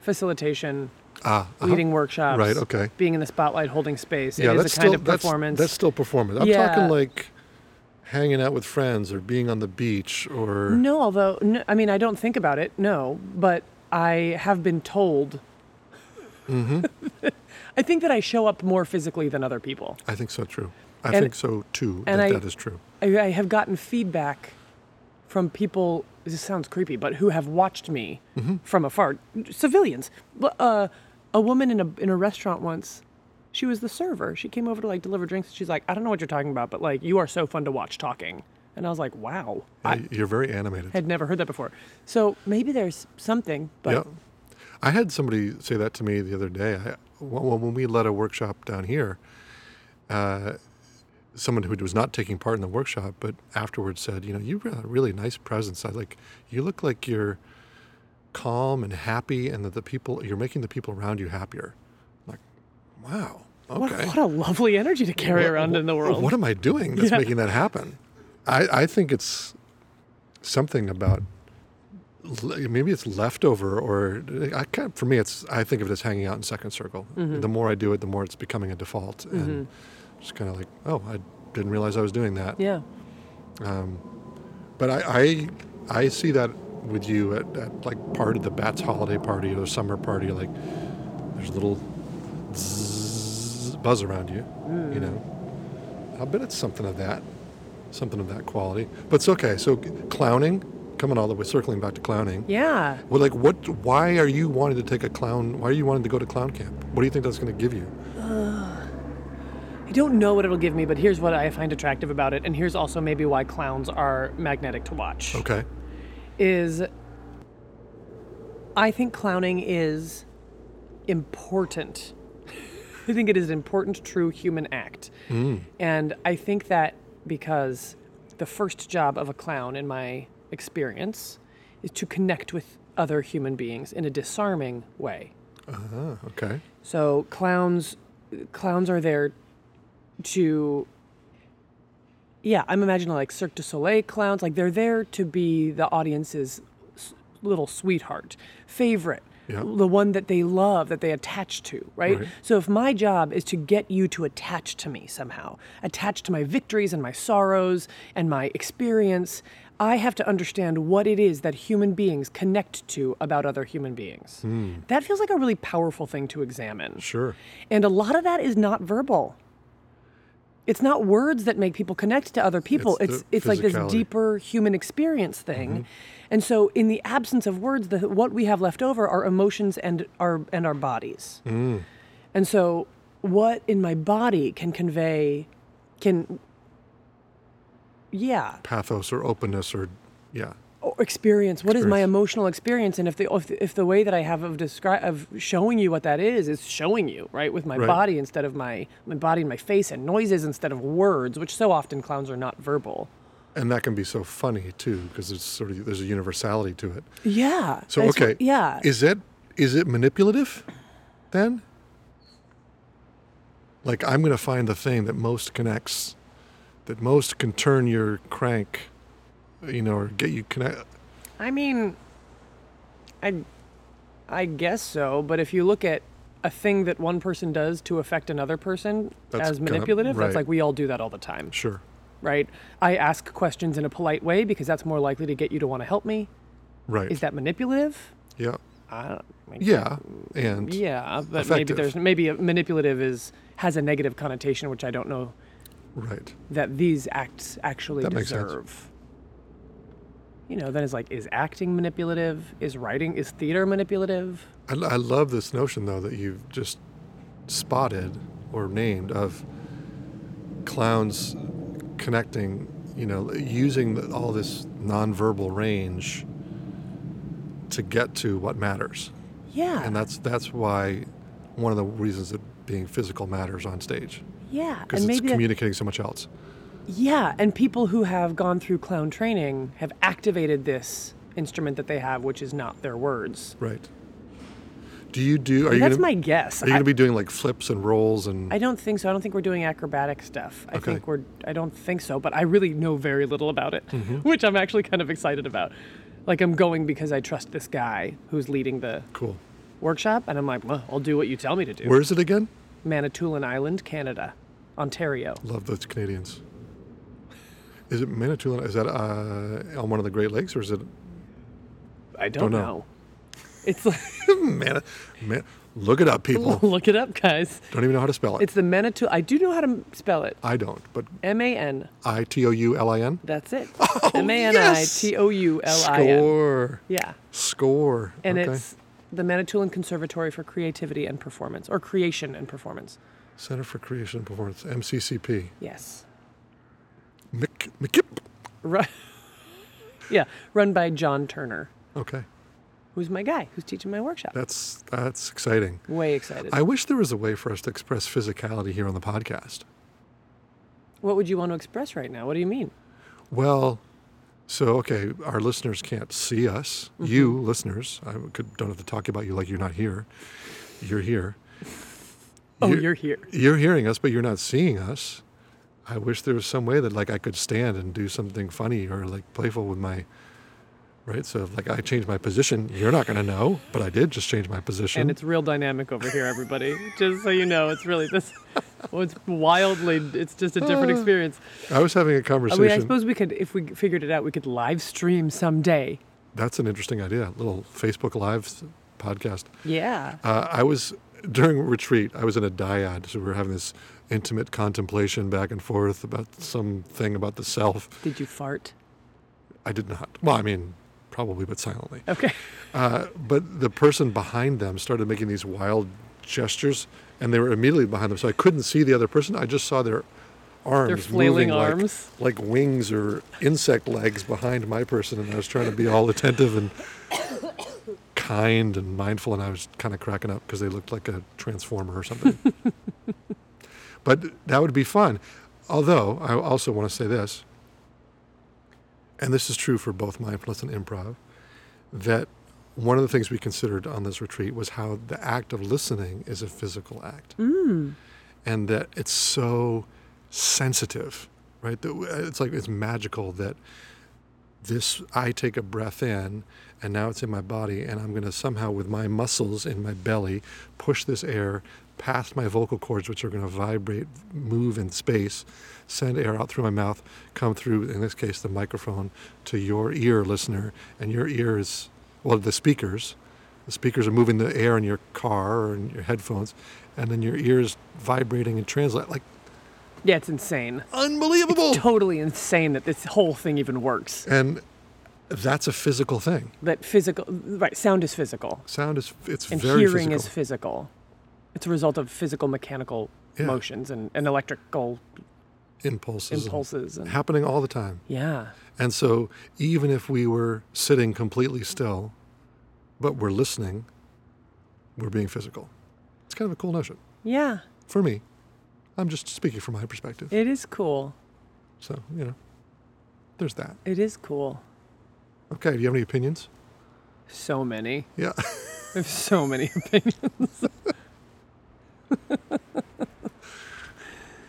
Speaker 2: facilitation,
Speaker 1: ah, uh-huh.
Speaker 2: leading workshops.
Speaker 1: Right, okay.
Speaker 2: Being in the spotlight, holding space.
Speaker 1: Yeah,
Speaker 2: it is
Speaker 1: that's
Speaker 2: a kind
Speaker 1: still
Speaker 2: of
Speaker 1: that's-
Speaker 2: performance.
Speaker 1: That's, still performance. I'm
Speaker 2: Yeah.
Speaker 1: talking like hanging out with friends or being on the beach or
Speaker 2: No, although n I I mean I don't think about it. No, but I have been told.
Speaker 1: Mm-hmm.
Speaker 2: I think that I show up more physically than other people.
Speaker 1: I think so true. I
Speaker 2: And-
Speaker 1: think so too.
Speaker 2: and
Speaker 1: that
Speaker 2: I-
Speaker 1: that is true.
Speaker 2: I, I have gotten feedback from people. This sounds creepy, but who have watched me
Speaker 1: Mm-hmm.
Speaker 2: from afar, civilians. But uh, a woman in a in a restaurant once, she was the server. She came over to like deliver drinks. She's like, I don't know what you're talking about, but like you are so fun to watch talking. And I was like, Wow, I
Speaker 1: Yeah, You're very animated.
Speaker 2: had never heard that before. So maybe there's something, but
Speaker 1: yeah. I had somebody say that to me the other day. I, when when we led a workshop down here, uh, someone who was not taking part in the workshop, but afterwards said, "You know, you have a really nice presence. I like. You look like you're calm and happy, and that the people you're making the people around you happier." I'm like, wow. Okay.
Speaker 2: what, what a lovely energy to carry
Speaker 1: What-
Speaker 2: around in the
Speaker 1: what-
Speaker 2: world.
Speaker 1: What am I doing that's
Speaker 2: Yeah.
Speaker 1: making that happen? I, I think it's something about le- maybe it's leftover or I can for me it's I think of it as hanging out in second circle.
Speaker 2: Mm-hmm.
Speaker 1: The more I do it, the more it's becoming a default, and just kind of like, oh, I didn't realize I was doing that.
Speaker 2: yeah.
Speaker 1: But I, I I see that with you at, at like part of the bats holiday party or summer party. Like there's a little zzz buzz around you. You know, I'll bet it's something of that, something of that quality. But it's okay. So clowning, coming all the way, circling back to clowning.
Speaker 2: Yeah.
Speaker 1: Well, like, what? Why are you wanting to take a clown? Why are you wanting to go to clown camp? What do you think that's going to give you?
Speaker 2: I don't know what it'll give me, but here's what I find attractive about it, and here's also maybe why clowns are magnetic to watch.
Speaker 1: Okay.
Speaker 2: Is I think clowning is important. I think it is an important, true human act. And I think that because the first job of a clown, in my experience, is to connect with other human beings in a disarming way.
Speaker 1: Ah, okay.
Speaker 2: So clowns, clowns are there to. Yeah, I'm imagining like Cirque du Soleil clowns. Like they're there to be the audience's s- little sweetheart, favorite,
Speaker 1: Yeah.
Speaker 2: the one that they love, that they attach to, right?
Speaker 1: Right.
Speaker 2: So if my job is to get you to attach to me somehow, attach to my victories and my sorrows and my experience, I have to understand what it is that human beings connect to about other human beings. That feels like a really powerful thing to examine.
Speaker 1: Sure.
Speaker 2: And a lot of that is not verbal. It's not words that make people connect to other people.
Speaker 1: It's
Speaker 2: It's
Speaker 1: the
Speaker 2: it's, like this
Speaker 1: physicality. Mm-hmm.
Speaker 2: deeper human experience thing. And so in the absence of words, the, what we have left over are emotions and our and our bodies.
Speaker 1: Mm.
Speaker 2: And so what in my body can convey can yeah,
Speaker 1: Pathos or openness or yeah.
Speaker 2: or experience. What is my
Speaker 1: Experience.
Speaker 2: emotional experience? And if the if, if the way that I have of descri- of showing you what that is is showing you right with my
Speaker 1: Right.
Speaker 2: body instead of my my body and my face and noises instead of words, which so often clowns are not verbal.
Speaker 1: And that can be so funny too, because there's sort of there's a universality to it.
Speaker 2: Yeah.
Speaker 1: So
Speaker 2: that's
Speaker 1: okay,
Speaker 2: what- yeah.
Speaker 1: Is it is it manipulative, then? Like I'm going to find the thing that most connects, that most can turn your crank, you know, or get you connect.
Speaker 2: I mean, I I guess so. But if you look at a thing that one person does to affect another person
Speaker 1: That's
Speaker 2: as
Speaker 1: kinda-
Speaker 2: manipulative,
Speaker 1: right.
Speaker 2: that's like we all do that all the time.
Speaker 1: Sure.
Speaker 2: right? I ask questions in a polite way because that's more likely to get you to want to help me.
Speaker 1: Right.
Speaker 2: Is that manipulative?
Speaker 1: yeah.
Speaker 2: I don't,
Speaker 1: Yeah. And
Speaker 2: yeah, uh, but maybe
Speaker 1: Effective.
Speaker 2: there's maybe a manipulative is has a negative connotation, which I don't know
Speaker 1: right.
Speaker 2: that these acts actually
Speaker 1: That makes sense.
Speaker 2: deserve. You know, then it's like, is acting manipulative? Is writing, is theater manipulative?
Speaker 1: I, I love this notion though that you've just spotted or named of clowns connecting you know using the, all this nonverbal range to get to what matters
Speaker 2: Yeah.
Speaker 1: and that's that's why one of the reasons that being physical matters on stage
Speaker 2: yeah.
Speaker 1: because it's communicating so much else
Speaker 2: Yeah, and people who have gone through clown training have activated this instrument that they have, which is not their words.
Speaker 1: right do you do are you
Speaker 2: That's
Speaker 1: gonna,
Speaker 2: my guess.
Speaker 1: are you
Speaker 2: I-
Speaker 1: gonna be doing like flips and rolls and
Speaker 2: I don't think so. I don't think we're doing acrobatic stuff. I
Speaker 1: Okay.
Speaker 2: think we're. I don't think so. But I really know very little about it,
Speaker 1: Mm-hmm.
Speaker 2: which I'm actually kind of excited about. Like I'm going because I trust this guy who's leading the
Speaker 1: cool
Speaker 2: workshop, and I'm like, well, I'll do what you tell me to do.
Speaker 1: where is it again
Speaker 2: Manitoulin Island, Canada, Ontario.
Speaker 1: Love those Canadians. Is it Manitoulin? Is that uh, on one of the Great Lakes, or is it
Speaker 2: I don't,
Speaker 1: know.
Speaker 2: know. It's like
Speaker 1: Man? Man look it up, people.
Speaker 2: look it up, guys.
Speaker 1: don't even know how to spell it.
Speaker 2: It's the Manitou. I do know how to spell it.
Speaker 1: I don't, but
Speaker 2: M A N.
Speaker 1: I T O U L I N.
Speaker 2: That's it. M A N I T O U L I N.
Speaker 1: Oh, Score,
Speaker 2: Yeah.
Speaker 1: score.
Speaker 2: and
Speaker 1: okay.
Speaker 2: it's the Manitoulin Conservatory for Creativity and Performance, or Creation and Performance.
Speaker 1: Center for Creation and Performance (MCCP).
Speaker 2: Yes.
Speaker 1: Mc, McKip.
Speaker 2: Run, yeah, run by John Turner,
Speaker 1: Okay,
Speaker 2: who's my guy, who's teaching my workshop.
Speaker 1: that's that's exciting.
Speaker 2: Way excited.
Speaker 1: I wish there was a way for us to express physicality here on the podcast.
Speaker 2: what would you want to express right now? What do you mean?
Speaker 1: Well, so okay, our listeners can't see us.
Speaker 2: Mm-hmm.
Speaker 1: You listeners, I could don't have to talk about you like you're not here. You're here.
Speaker 2: Oh,
Speaker 1: You're-
Speaker 2: you're, here.
Speaker 1: You're hearing us, but you're not seeing us. I wish there was some way that like I could stand and do something funny or like playful with my right. So if, like I changed my position, you're not gonna know, but I did just change my position.
Speaker 2: And it's real dynamic over here, everybody. just so you know, it's really this. Oh, it's wildly. It's just a different
Speaker 1: Uh,
Speaker 2: experience.
Speaker 1: I was having a
Speaker 2: I
Speaker 1: conversation.
Speaker 2: mean, I suppose we could, if we figured it out, we could live stream someday.
Speaker 1: That's an interesting idea. Little Facebook Live podcast.
Speaker 2: Yeah.
Speaker 1: Uh, I was during retreat. I was in a dyad, so we were having this intimate contemplation back and forth about something about the self.
Speaker 2: Did you fart?
Speaker 1: I did not. Well, I mean, probably, but silently.
Speaker 2: Okay.
Speaker 1: Uh, but the person behind them started making these wild gestures, and they were immediately behind them. So I couldn't see the other person. I just saw their arms moving
Speaker 2: flailing
Speaker 1: like-
Speaker 2: arms.
Speaker 1: Like, wings or insect legs behind my person. And I was trying to be all attentive and kind and mindful, and I was kind of cracking up because they looked like a transformer or something. but that would be fun. Although I also want to say this, and this is true for both mindfulness and improv, that one of the things we considered on this retreat was how the act of listening is a physical act, and that it's so sensitive, right? That w- It's like it's magical that this I take a breath in and now it's in my body and I'm going to somehow with my muscles in my belly push this air past my vocal cords which are going to vibrate move in space send air out through my mouth come through in this case the microphone to your ear listener and your ear is well the speakers the speakers are moving the air in your car or in your headphones and then your ears vibrating and translate like
Speaker 2: Yeah, it's insane.
Speaker 1: unbelievable
Speaker 2: Totally insane that this whole thing even works.
Speaker 1: and that's a physical thing
Speaker 2: That physical, right? Sound is physical,
Speaker 1: sound is it's
Speaker 2: and
Speaker 1: very
Speaker 2: hearing
Speaker 1: physical
Speaker 2: is physical. It's a result of physical, mechanical
Speaker 1: Yeah.
Speaker 2: motions and, and electrical
Speaker 1: impulses and-
Speaker 2: impulses. And,
Speaker 1: happening all the time.
Speaker 2: yeah,
Speaker 1: And so even if we were sitting completely still, but we're listening, we're being physical. It's kind of a cool notion
Speaker 2: yeah,
Speaker 1: for me. I'm just speaking from my perspective.
Speaker 2: it is cool.
Speaker 1: So, you know, there's that.
Speaker 2: It is cool.
Speaker 1: Okay, do you have any opinions?
Speaker 2: So many.
Speaker 1: Yeah.
Speaker 2: I have so many opinions.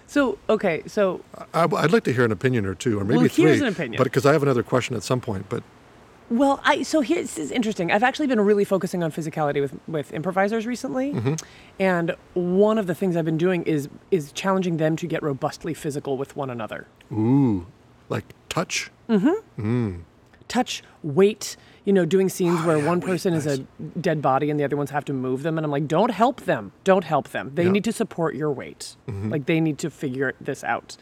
Speaker 2: so okay, so
Speaker 1: I, I'd like to hear an opinion or two, or maybe
Speaker 2: Well,
Speaker 1: three.
Speaker 2: here's an opinion.
Speaker 1: But because I have another question at some point, but
Speaker 2: Well, I so here this is interesting. I've actually been really focusing on physicality with with improvisers recently, and one of the things I've been doing is is challenging them to get robustly physical with one another.
Speaker 1: ooh, like touch?
Speaker 2: Touch, weight, you know, doing scenes where
Speaker 1: Oh, yeah,
Speaker 2: one
Speaker 1: weight,
Speaker 2: person is a dead body and the other ones have to move them, and I'm like, don't help them, don't help them. They
Speaker 1: Yeah. Mm-hmm.
Speaker 2: need to support your weight. Like they need to figure this out.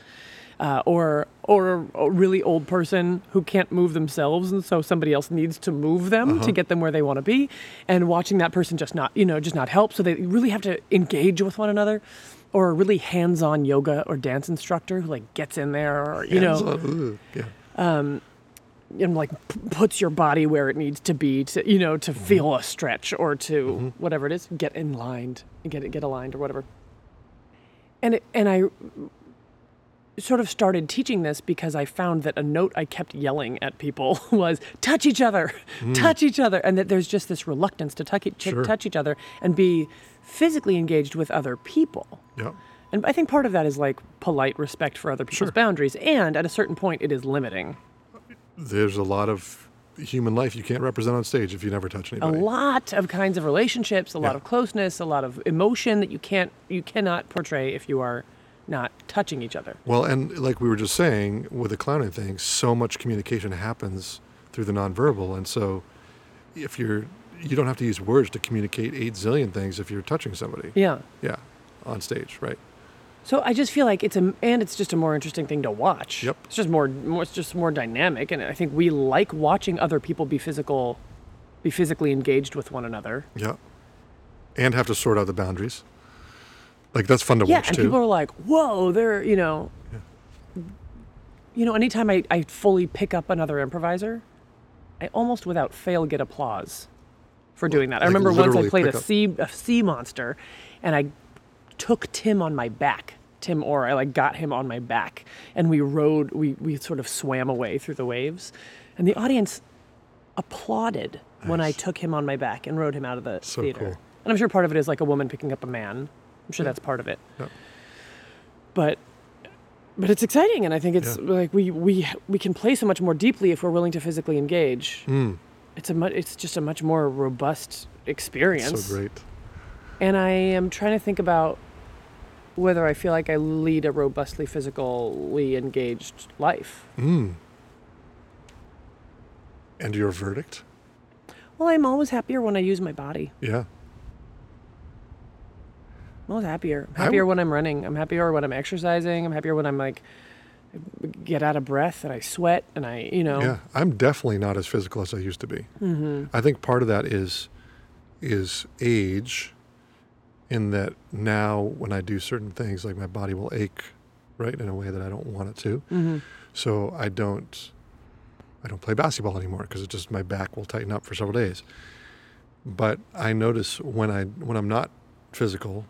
Speaker 2: Uh, or or a really old person who can't move themselves and so somebody else needs to move them
Speaker 1: Uh-huh.
Speaker 2: to get them where they want to be and watching that person just not you know just not help so they really have to engage with one another or a really hands-on yoga or dance instructor who like gets in there or you know
Speaker 1: Hands-on, ooh, yeah.
Speaker 2: and like p- puts your body where it needs to be to you know to
Speaker 1: Mm-hmm.
Speaker 2: feel a stretch or to whatever it is get in lined get it get aligned or whatever and it, and i sort of started teaching this because i found that a note i kept yelling at people was touch each other touch each other and that there's just this reluctance to tuck each-
Speaker 1: Mm. Sure.
Speaker 2: touch each other and be physically engaged with other people
Speaker 1: Yeah.
Speaker 2: and i think part of that is like polite respect for other people's
Speaker 1: Sure.
Speaker 2: boundaries and at a certain point it is limiting
Speaker 1: There's a lot of human life you can't represent on stage if you never touch
Speaker 2: a
Speaker 1: anybody.
Speaker 2: lot of kinds of relationships, a lot
Speaker 1: Yeah.
Speaker 2: of closeness, a lot of emotion that you can't you cannot portray if you are not touching each other.
Speaker 1: Well, and like we were just saying with the clowning thing, so much communication happens through the nonverbal, and so if you're you don't have to use words to communicate eight zillion things if you're touching somebody.
Speaker 2: Yeah.
Speaker 1: Yeah, on stage, right?
Speaker 2: So I just feel like it's a and it's just a more interesting thing to watch.
Speaker 1: Yep.
Speaker 2: It's just more, more it's just more dynamic and I think we like watching other people be physical be physically engaged with one another.
Speaker 1: Yeah, and have to sort out the boundaries. Like that's fun to
Speaker 2: Yeah,
Speaker 1: watch
Speaker 2: and
Speaker 1: too.
Speaker 2: people are like, "Whoa, they're, you know, you know, anytime I, I fully pick up another improviser, I almost without fail get applause for doing that. I
Speaker 1: like
Speaker 2: remember once I
Speaker 1: literally
Speaker 2: played
Speaker 1: pick
Speaker 2: a
Speaker 1: up.
Speaker 2: sea a sea monster, and I took Tim on my back. Tim Orr, I like got him on my back, and we rode. We we sort of swam away through the waves, and the audience applauded when I took him on my back and rode him out of the
Speaker 1: So
Speaker 2: theater.
Speaker 1: cool.
Speaker 2: And I'm sure part of it is like a woman picking up a man. I'm sure that's part of it.
Speaker 1: Yeah.
Speaker 2: But but it's exciting, and I think it's
Speaker 1: Yeah.
Speaker 2: like we we we can play so much more deeply if we're willing to physically engage.
Speaker 1: Hmm.
Speaker 2: It's a mu- it's just a much more robust
Speaker 1: so
Speaker 2: experience.
Speaker 1: great.
Speaker 2: And I am trying to think about whether I feel like I lead a robustly physically engaged life.
Speaker 1: Hmm. And your verdict?
Speaker 2: Well, I'm always happier when I use my body.
Speaker 1: Yeah,
Speaker 2: I'm always happier. I'm
Speaker 1: I
Speaker 2: happier
Speaker 1: w-
Speaker 2: when I'm running. I'm happier when I'm exercising. I'm happier when I'm like get out of breath and I sweat and I, you know, Mm-hmm.
Speaker 1: Yeah, I'm definitely not as physical as I used to be. I think part of that is is age, in that now when I do certain things, like my body will ache, right, in a way that I don't want it to.
Speaker 2: Mm-hmm.
Speaker 1: So I don't I don't play basketball anymore because it just my back will tighten up for several days. But I notice when I when I'm not physical,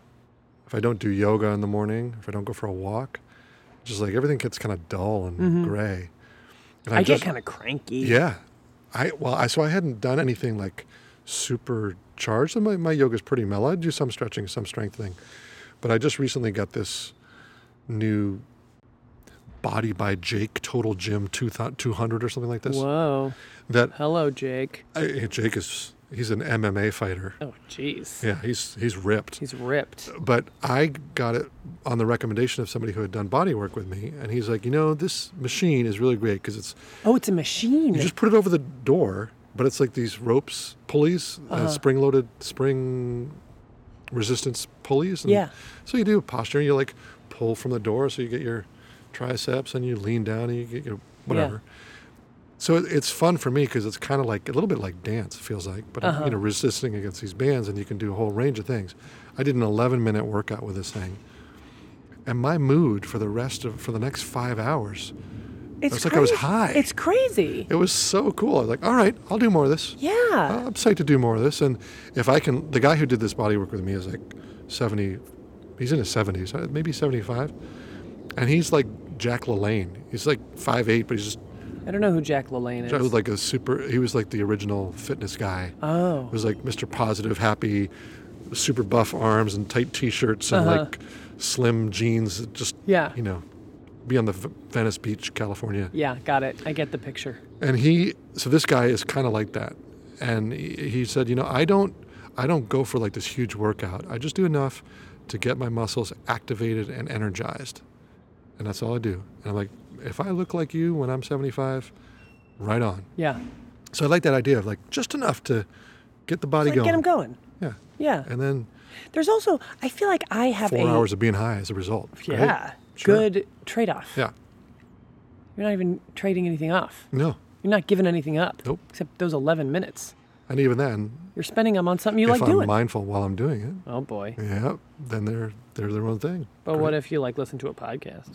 Speaker 1: if I don't do yoga in the morning, if I don't go for a walk, just like everything gets kind of dull and gray. And
Speaker 2: Mm-hmm. I,
Speaker 1: just-
Speaker 2: get kind of cranky.
Speaker 1: yeah, I well, I so I hadn't done anything like super charged. And My my yoga's pretty mellow. I do some stretching, some strengthening, but I just recently got this new Body by Jake Total Gym two two hundred or something like this.
Speaker 2: Whoa.
Speaker 1: That
Speaker 2: Hello, Jake.
Speaker 1: I, Jake is he's an MMA fighter.
Speaker 2: Oh, jeez.
Speaker 1: Yeah, Oh. he's he's ripped.
Speaker 2: He's ripped.
Speaker 1: But I got it on the recommendation of somebody who had done body work with me, and he's like, you know, this machine is really great because it's
Speaker 2: Oh, it's a machine.
Speaker 1: You just put it over the door, but it's like these ropes, pulleys, uh spring loaded, spring resistance pulleys. And
Speaker 2: Yeah.
Speaker 1: So you do posture, you like pull from the door, so you get your triceps, and you lean down, and you get your whatever. So it- it's fun for me because it's kind of like a little bit like dance, it feels like, but you know, resisting against these bands, and you can do a whole range of things. I did an 11 minute workout with this thing. And my mood for the rest of for the next five hours,
Speaker 2: it's
Speaker 1: it's like I was
Speaker 2: crazy.
Speaker 1: high.
Speaker 2: It's crazy.
Speaker 1: it was so cool. I was like, all right, I'll do more of this.
Speaker 2: Yeah.
Speaker 1: I'm psyched to do more of this. And if I can, the guy who did this body work with me is like 70, he's in his 70s, uh, maybe 75. And he's like Jack LaLanne. He's like 5'8, but he's just,
Speaker 2: I don't know who Jack LaLanne is.
Speaker 1: I was like a super, he was like the original fitness guy.
Speaker 2: oh.
Speaker 1: He was like Mr. Positive, happy, super buff arms and tight t shirts and
Speaker 2: Uh-huh.
Speaker 1: like slim jeans, that just,
Speaker 2: Yeah.
Speaker 1: you know, be on the V- Venice Beach, California.
Speaker 2: Yeah, got it. I get the picture.
Speaker 1: and he so this guy is kind of like that and he, he said you know i don't i don't go for like this huge workout i just do enough to get my muscles activated and energized and that's all i do and i'm like if i look like you when i'm 75 right on
Speaker 2: Yeah.
Speaker 1: so i like that idea of like just enough to get the body
Speaker 2: Like,
Speaker 1: going
Speaker 2: get him going.
Speaker 1: yeah
Speaker 2: Yeah.
Speaker 1: and then
Speaker 2: There's also, I feel like I have
Speaker 1: four
Speaker 2: a
Speaker 1: hours of being high as a result right?
Speaker 2: yeah,
Speaker 1: Sure.
Speaker 2: good trade off.
Speaker 1: yeah
Speaker 2: You're not even trading anything off.
Speaker 1: no
Speaker 2: You're not giving anything up.
Speaker 1: Nope.
Speaker 2: Except those 11 minutes.
Speaker 1: and even then
Speaker 2: You're spending them on something you
Speaker 1: if
Speaker 2: like
Speaker 1: i'm
Speaker 2: doing.
Speaker 1: mindful while i'm doing
Speaker 2: oh boy.
Speaker 1: it yeah then they're they're their own thing
Speaker 2: But what if you like listen to a podcast?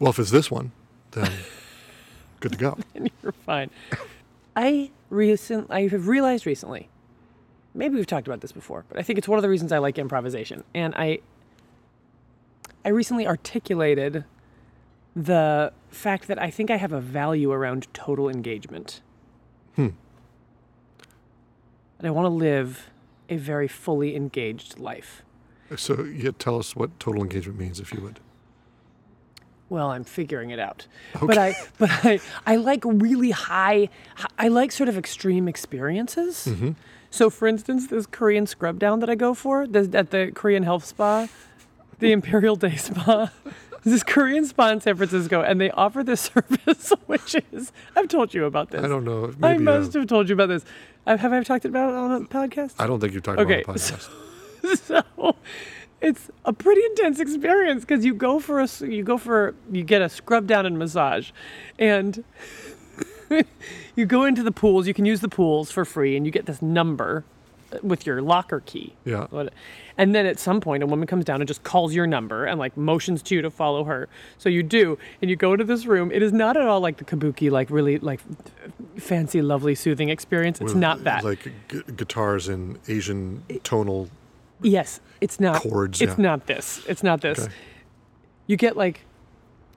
Speaker 1: Well, if it's this one, then good to go.
Speaker 2: And you're fine. I recent I have realized recently. Maybe we've talked about this before, but I think it's one of the reasons I like improvisation. And I I recently articulated the fact that I think I have a value around total engagement. Hmm. And I want to live a very fully engaged life.
Speaker 1: So, yeah, tell us what total engagement means, if you would.
Speaker 2: Well, I'm figuring it out. But I but I I like really high I like sort of extreme experiences.
Speaker 1: Mm-hmm.
Speaker 2: So for instance, this Korean scrub down that I go for, this, at the Korean health spa, the Imperial Day Spa. This Korean spa in San Francisco, and they offer this service, which is I've told you about this.
Speaker 1: I don't know. Maybe uh,
Speaker 2: I
Speaker 1: you
Speaker 2: must
Speaker 1: have.
Speaker 2: have told you about this. I- Have I talked about it on the podcast?
Speaker 1: I don't think you've talked
Speaker 2: Okay,
Speaker 1: about the podcast.
Speaker 2: so it's a pretty intense experience because you go for a s- you go for you get a scrub down and massage and you go into the pools you can use the pools for free and you get this number uh, with your locker key
Speaker 1: Yeah.
Speaker 2: What- and then at some point a woman comes down and just calls your number and like motions to you to follow her so you do and you go into this room it is not at all like the kabuki like really like fancy lovely soothing experience it's
Speaker 1: With,
Speaker 2: not that
Speaker 1: Like gu- guitars and Asian tonal.
Speaker 2: Yes, it's not
Speaker 1: Chords,
Speaker 2: It's
Speaker 1: yeah.
Speaker 2: not this. It's not this.
Speaker 1: Okay.
Speaker 2: You get like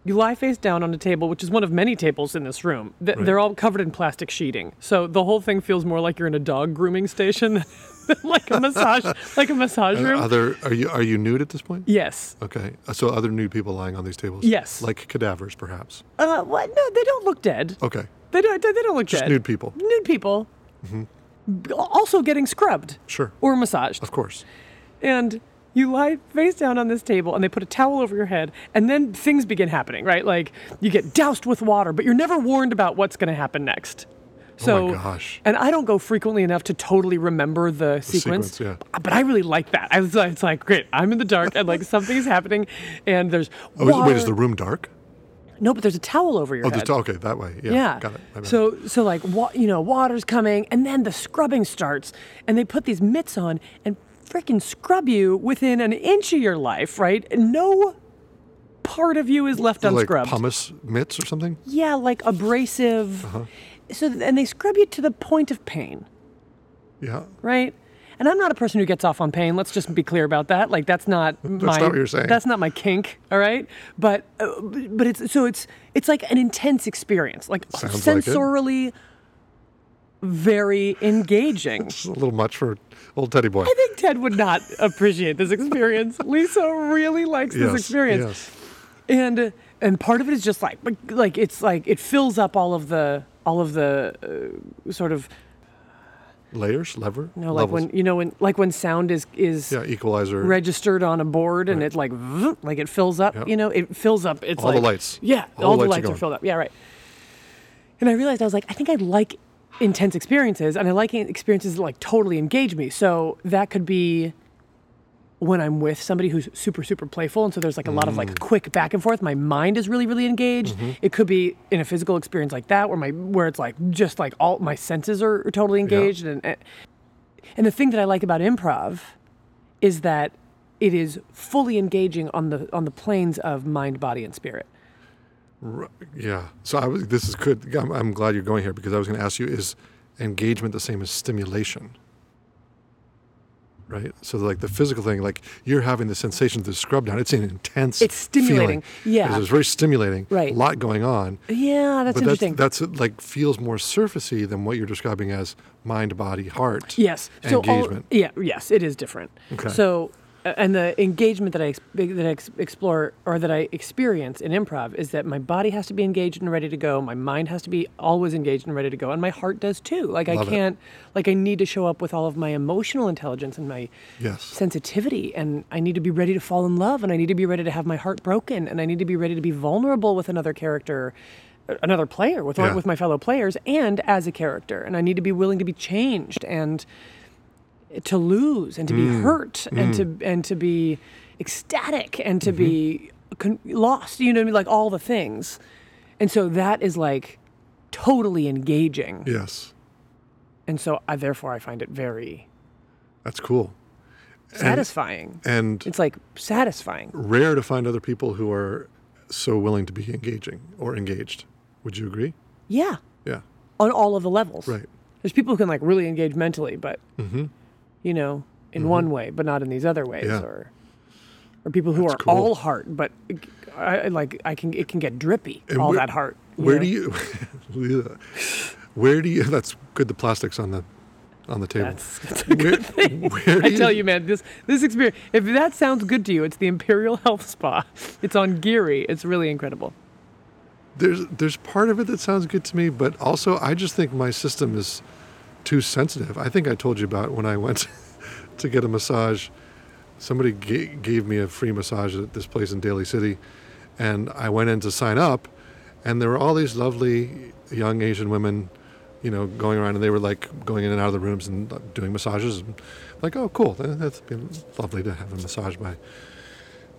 Speaker 2: you lie face down on a table, which is one of many tables in this room. Th- They're all covered in plastic sheeting, so the whole thing feels more like you're in a dog grooming station than like a massage, like a massage
Speaker 1: Are,
Speaker 2: room.
Speaker 1: other, are you are you nude at this point?
Speaker 2: Yes.
Speaker 1: Okay. uh, So other nude people lying on these tables.
Speaker 2: Yes.
Speaker 1: Like cadavers, perhaps.
Speaker 2: Uh, what? No, they don't look dead.
Speaker 1: Okay.
Speaker 2: They don't. They don't look
Speaker 1: Just
Speaker 2: dead.
Speaker 1: nude people.
Speaker 2: Nude people. B- Also getting scrubbed
Speaker 1: Sure.
Speaker 2: or massaged.
Speaker 1: Of course.
Speaker 2: and you lie face down on this table and they put a towel over your head and then things begin happening right like you get doused with water but you're never warned about what's going to happen next so
Speaker 1: Oh gosh.
Speaker 2: and i don't go frequently enough to totally remember the, sequence, uh,
Speaker 1: sequence,
Speaker 2: but i really like that i was like, it's like great i'm in the dark and like something's happening and there's
Speaker 1: Oh, is-
Speaker 2: water.
Speaker 1: wait, is the room dark?
Speaker 2: No, but there's a towel over your
Speaker 1: Oh,
Speaker 2: head.
Speaker 1: just okay that way. Yeah,
Speaker 2: Yeah.
Speaker 1: Ah, got it. My bad.
Speaker 2: So so like wa- you know water's coming and then the scrubbing starts and they put these mitts on and freaking scrub you within an inch of your life, right? And no part of you is left
Speaker 1: like
Speaker 2: unscrubbed.
Speaker 1: pumice mitts or something.
Speaker 2: yeah, like abrasive.
Speaker 1: Uh-huh.
Speaker 2: So th- and they scrub you to the point of pain,
Speaker 1: Yeah,
Speaker 2: right? And I'm not a person who gets off on pain. Let's just be clear about that. Like that's not that's my
Speaker 1: not what you're saying.
Speaker 2: That's not my kink, all right? But uh, b- but it's so it's it's like an intense experience, like
Speaker 1: Sounds like it.
Speaker 2: sensorily very engaging.
Speaker 1: it's a little much for old Teddy boy.
Speaker 2: I think Ted would not appreciate this experience. Lisa really likes
Speaker 1: yes,
Speaker 2: this experience.
Speaker 1: yes.
Speaker 2: And and part of it is just like but, like it's like it fills up all of the all of the uh, sort of
Speaker 1: Layers, lever.
Speaker 2: you know, like
Speaker 1: levels.
Speaker 2: when you know when like when sound is is
Speaker 1: yeah, equalizer.
Speaker 2: registered on a board and it like vroom, like it fills up
Speaker 1: Yep.
Speaker 2: you know it fills up it's
Speaker 1: All the
Speaker 2: like-
Speaker 1: lights.
Speaker 2: yeah all, the lights, are,
Speaker 1: gone.
Speaker 2: filled up yeah right and i realized i was like i think i like intense experiences and i like experiences that like totally engage me so that could be when i'm with somebody who's super super playful and so there's like a lot of like quick back and forth my mind is really really engaged it could be in a physical experience like that where my where it's like just like all my senses are, are totally engaged and eh, and the thing that i like about improv is that it is fully engaging on the on the planes of mind, body, and spirit.
Speaker 1: R- yeah. So I was. This is good. I'm, I'm glad you're going here because I was going to ask you: Is engagement the same as stimulation? Right. So like the physical thing, like you're having the sensation of the scrub down. It's an intense.
Speaker 2: It's stimulating.
Speaker 1: feeling.
Speaker 2: Yeah.
Speaker 1: It's, it's very stimulating.
Speaker 2: Right.
Speaker 1: A lot going on.
Speaker 2: Yeah, that's
Speaker 1: but
Speaker 2: interesting.
Speaker 1: that's that's like feels more surfacey than what you're describing as mind, body, heart.
Speaker 2: yes. So all-
Speaker 1: engagement.
Speaker 2: yeah. Yes, it is different.
Speaker 1: Okay.
Speaker 2: So, uh, and the engagement that I ex- that I ex- explore or that I experience in improv is that my body has to be engaged and ready to go. My mind has to be always engaged and ready to go, and my heart does too. Like
Speaker 1: Love it.
Speaker 2: I can't. Like I need to show up with all of my emotional intelligence and my
Speaker 1: yes.
Speaker 2: sensitivity and I need to be ready to fall in love and I need to be ready to have my heart broken and I need to be ready to be vulnerable with another character uh, another player with
Speaker 1: Yeah.
Speaker 2: with my fellow players and as a character and I need to be willing to be changed and to lose and to be hurt and to and to be ecstatic and to be con- lost you know what I mean like all the things and so that is like totally engaging
Speaker 1: Yes.
Speaker 2: and so I therefore I find it very
Speaker 1: That's cool.
Speaker 2: satisfying
Speaker 1: And
Speaker 2: it's like satisfying
Speaker 1: rare to find other people who are so willing to be engaging or engaged. Would you agree?
Speaker 2: Yeah,
Speaker 1: Yeah.
Speaker 2: on all of the levels.
Speaker 1: Right. Mm-hmm.
Speaker 2: There's people who can like really engage mentally, but you know, in one way, but not in these other ways,
Speaker 1: Yeah.
Speaker 2: or or people who are
Speaker 1: cool.
Speaker 2: all heart, but I, I like I can it can get drippy all
Speaker 1: where-
Speaker 2: that heart. you
Speaker 1: Where
Speaker 2: know?
Speaker 1: do you Where do you that's good the plastics on the on the table.
Speaker 2: That's-
Speaker 1: where, where do
Speaker 2: I tell you, man, this this experience. If that sounds good to you, it's the Imperial Health Spa. It's on Geary. It's really incredible.
Speaker 1: there's there's part of it that sounds good to me, but also I just think my system is too sensitive. I think I told you about when I went to get a massage. Somebody ga- gave me a free massage at this place in Daly City, and I went in to sign up, and there were all these lovely young Asian women, you know, going around, and they were like going in and out of the rooms and doing massages. And like, oh, cool, that- that's been lovely to have a massage by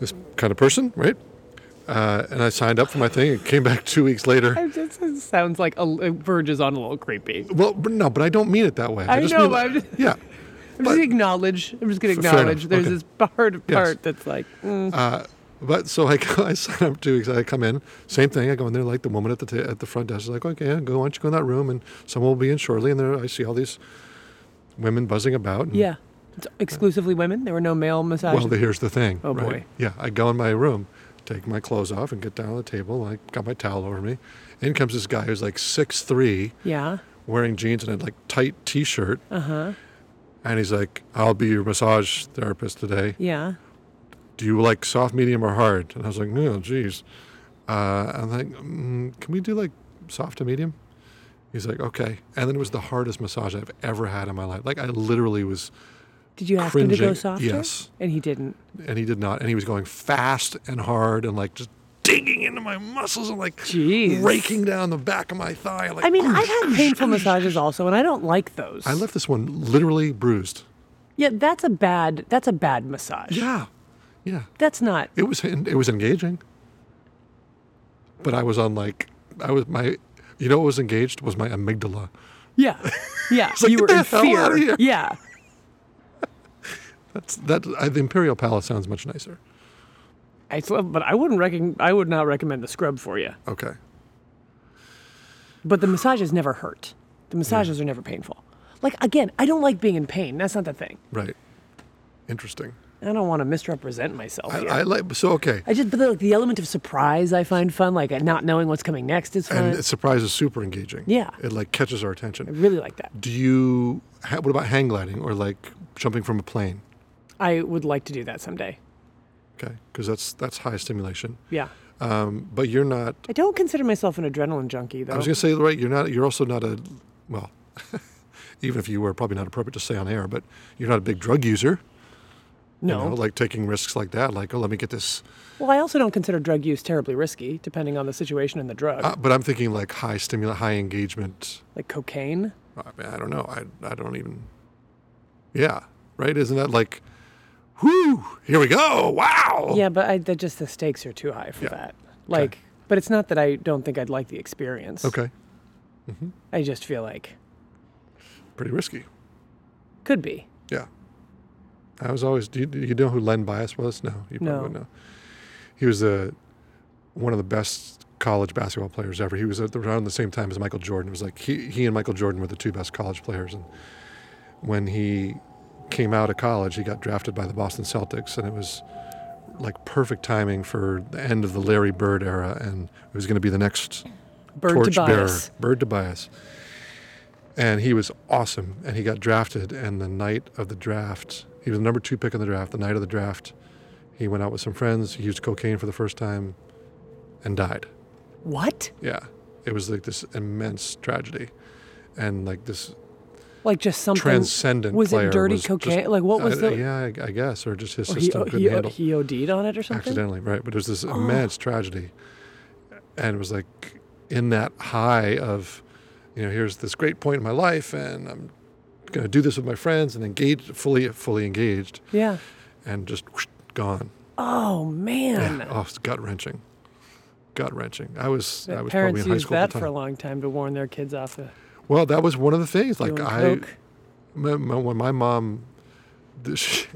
Speaker 1: this kind of person, right? Uh, and I signed up for my thing. It came back two weeks later.
Speaker 2: I just, it sounds like a, it verges on a little creepy.
Speaker 1: Well, but no, but I don't mean it that way. I,
Speaker 2: I
Speaker 1: just
Speaker 2: know,
Speaker 1: mean,
Speaker 2: but I'm just-
Speaker 1: yeah,
Speaker 2: I'm just gonna acknowledge. I'm just gonna
Speaker 1: F- fair enough.
Speaker 2: acknowledge. There's
Speaker 1: Okay.
Speaker 2: this part part
Speaker 1: Yes.
Speaker 2: that's like. mm,
Speaker 1: but so I, go- I sign up two weeks. I come in, same thing. I go in there, like the woman at the ta- at the front desk is like, okay, yeah, go, why don't you go in that room, and someone will be in shortly. And there, I see all these women buzzing about. And,
Speaker 2: Yeah. It's exclusively women. There were no male massage.
Speaker 1: Mm. Well, the, here's the thing.
Speaker 2: Oh,
Speaker 1: right?
Speaker 2: boy.
Speaker 1: Yeah, I go in my room, take my clothes off, and get down on the table. I got my towel over me. In comes this guy who's like six three,
Speaker 2: yeah.
Speaker 1: wearing jeans and a like tight t-shirt,
Speaker 2: Uh huh.
Speaker 1: and he's like, "I'll be your massage therapist today."
Speaker 2: Yeah.
Speaker 1: do you like soft, medium, or hard? And I was like, no, geez. Uh, I'm like, mm, can we do like soft to medium? He's like, okay. And then it was the hardest massage I've ever had in my life. Like I literally was,
Speaker 2: Did you ask him to go
Speaker 1: Cringing,
Speaker 2: softer?
Speaker 1: yes.
Speaker 2: And he didn't.
Speaker 1: and he did not. And he was going fast and hard and like just digging into my muscles and like
Speaker 2: Jeez.
Speaker 1: raking down the back of my thigh. Like,
Speaker 2: I mean, I've had painful massages also, and I don't like those.
Speaker 1: I left this one literally bruised.
Speaker 2: yeah, that's a bad. That's a bad massage.
Speaker 1: Yeah, yeah.
Speaker 2: That's not.
Speaker 1: It was it was engaging. But I was on like I was my you know what was engaged was my amygdala.
Speaker 2: Yeah. Yeah.
Speaker 1: like,
Speaker 2: you
Speaker 1: "Get
Speaker 2: were in
Speaker 1: the hell outta
Speaker 2: fear.
Speaker 1: here."
Speaker 2: Yeah.
Speaker 1: That's that I, the Imperial Palace sounds much nicer.
Speaker 2: I still, but I wouldn't recon I would not recommend the scrub for you.
Speaker 1: Okay.
Speaker 2: But the massages never hurt. The massages are never painful. Like again, I don't like being in pain. That's not the thing.
Speaker 1: Right. Interesting.
Speaker 2: I don't want to misrepresent myself.
Speaker 1: I,
Speaker 2: here.
Speaker 1: I like so okay.
Speaker 2: I just, but like the element of surprise I find fun, like uh, not knowing what's coming next is fun.
Speaker 1: And it surprise is super engaging.
Speaker 2: Yeah.
Speaker 1: It like catches our
Speaker 2: I
Speaker 1: attention.
Speaker 2: really like that.
Speaker 1: Do you ha- what about hang gliding or like jumping from a plane?
Speaker 2: I would like to do that someday.
Speaker 1: Okay, because that's that's high stimulation.
Speaker 2: Yeah.
Speaker 1: Um, but you're not.
Speaker 2: I don't consider myself an adrenaline junkie, though.
Speaker 1: I was gonna say right. You're not. You're also not a. Well, even if you were, probably not appropriate to say on air. But you're not a big drug user.
Speaker 2: no.
Speaker 1: You know, like taking risks like that. Like oh, let me get this.
Speaker 2: well, I also don't consider drug use terribly risky, depending on the situation and the drug.
Speaker 1: Uh, but I'm thinking like high stimulus, high engagement.
Speaker 2: like cocaine.
Speaker 1: I, mean, I don't know. I I don't even. Yeah. Right. Isn't that like, whoo? Here we go. Wow.
Speaker 2: Yeah, but I, that just the stakes are too high for
Speaker 1: Yeah.
Speaker 2: that. Like, but it's not that I don't think I'd like the experience.
Speaker 1: Okay. Mm-hmm.
Speaker 2: I just feel like
Speaker 1: Pretty risky.
Speaker 2: could be.
Speaker 1: Yeah. I was always. Do you, do you know who Len Bias was? No, you probably
Speaker 2: No.
Speaker 1: wouldn't know. He was the one of the best college basketball players ever. He was at the, around the same time as Michael Jordan. It was like he he and Michael Jordan were the two best college players. And when he came out of college, he got drafted by the Boston Celtics, and it was like perfect timing for the end of the Larry Bird era, and it was going to be the next
Speaker 2: Bird
Speaker 1: torch
Speaker 2: to bias.
Speaker 1: bearer, Bird Tobias. And he was awesome. And he got drafted. And the night of the draft, he was the number two pick in the draft. The night of the draft, he went out with some friends, he used cocaine for the first time, and died.
Speaker 2: What?
Speaker 1: Yeah. It was like this immense tragedy. And like this
Speaker 2: Like just something.
Speaker 1: transcendent
Speaker 2: was
Speaker 1: player
Speaker 2: it dirty
Speaker 1: was just-
Speaker 2: cocaine? like what was
Speaker 1: I-
Speaker 2: the?
Speaker 1: Yeah, I, I guess. Or just his
Speaker 2: or he, oh,
Speaker 1: system couldn't
Speaker 2: he,
Speaker 1: handle
Speaker 2: he OD'd on it or something. Oh.
Speaker 1: accidentally, right? But it was this immense tragedy, and it was like in that high of, you know, here's this great point in my life, and I'm going to do this with my friends and engage fully, fully engaged,
Speaker 2: Yeah.
Speaker 1: and just whoosh, gone.
Speaker 2: Oh man.
Speaker 1: Yeah. Oh, it's gut wrenching, gut wrenching. I was, I
Speaker 2: That
Speaker 1: was probably
Speaker 2: parents
Speaker 1: in high
Speaker 2: used
Speaker 1: school at
Speaker 2: that
Speaker 1: the
Speaker 2: for a
Speaker 1: time.
Speaker 2: long time to warn their kids off of
Speaker 1: Well, that was one of the things.
Speaker 2: doing
Speaker 1: Like I,
Speaker 2: coke.
Speaker 1: my, my, when my mom, this- she,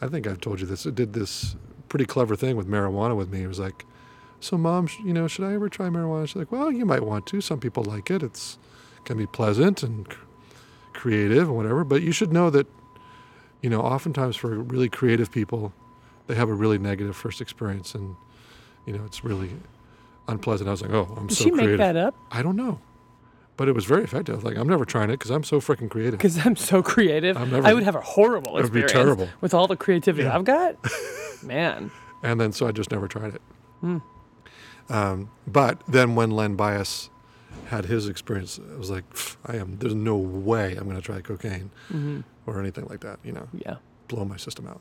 Speaker 1: I think I've told you this, did this pretty clever thing with marijuana with me. It was like, so mom, sh- you know, should I ever try marijuana? She's like, well, you might want to. Some people like it. It's can be pleasant and c- creative and whatever. But you should know that, you know, oftentimes for really creative people, they have a really negative first experience, and you know, it's really unpleasant. I was like, oh, I'm
Speaker 2: Did
Speaker 1: so
Speaker 2: she make
Speaker 1: creative.
Speaker 2: that up?
Speaker 1: I don't know, but it was very effective. Like I'm never trying it because I'm so freaking creative.
Speaker 2: Because I'm so creative,
Speaker 1: I'm never-
Speaker 2: I would have a horrible
Speaker 1: It would be
Speaker 2: experience
Speaker 1: terrible.
Speaker 2: with all the creativity
Speaker 1: Yeah.
Speaker 2: I've got. Man,
Speaker 1: and then so I just never tried it. Um, but then when Len Bias had his experience, I was like, "Pff, I am. There's no way I'm going to try cocaine or anything like that. You know,
Speaker 2: Mm-hmm. yeah,
Speaker 1: blow my system out.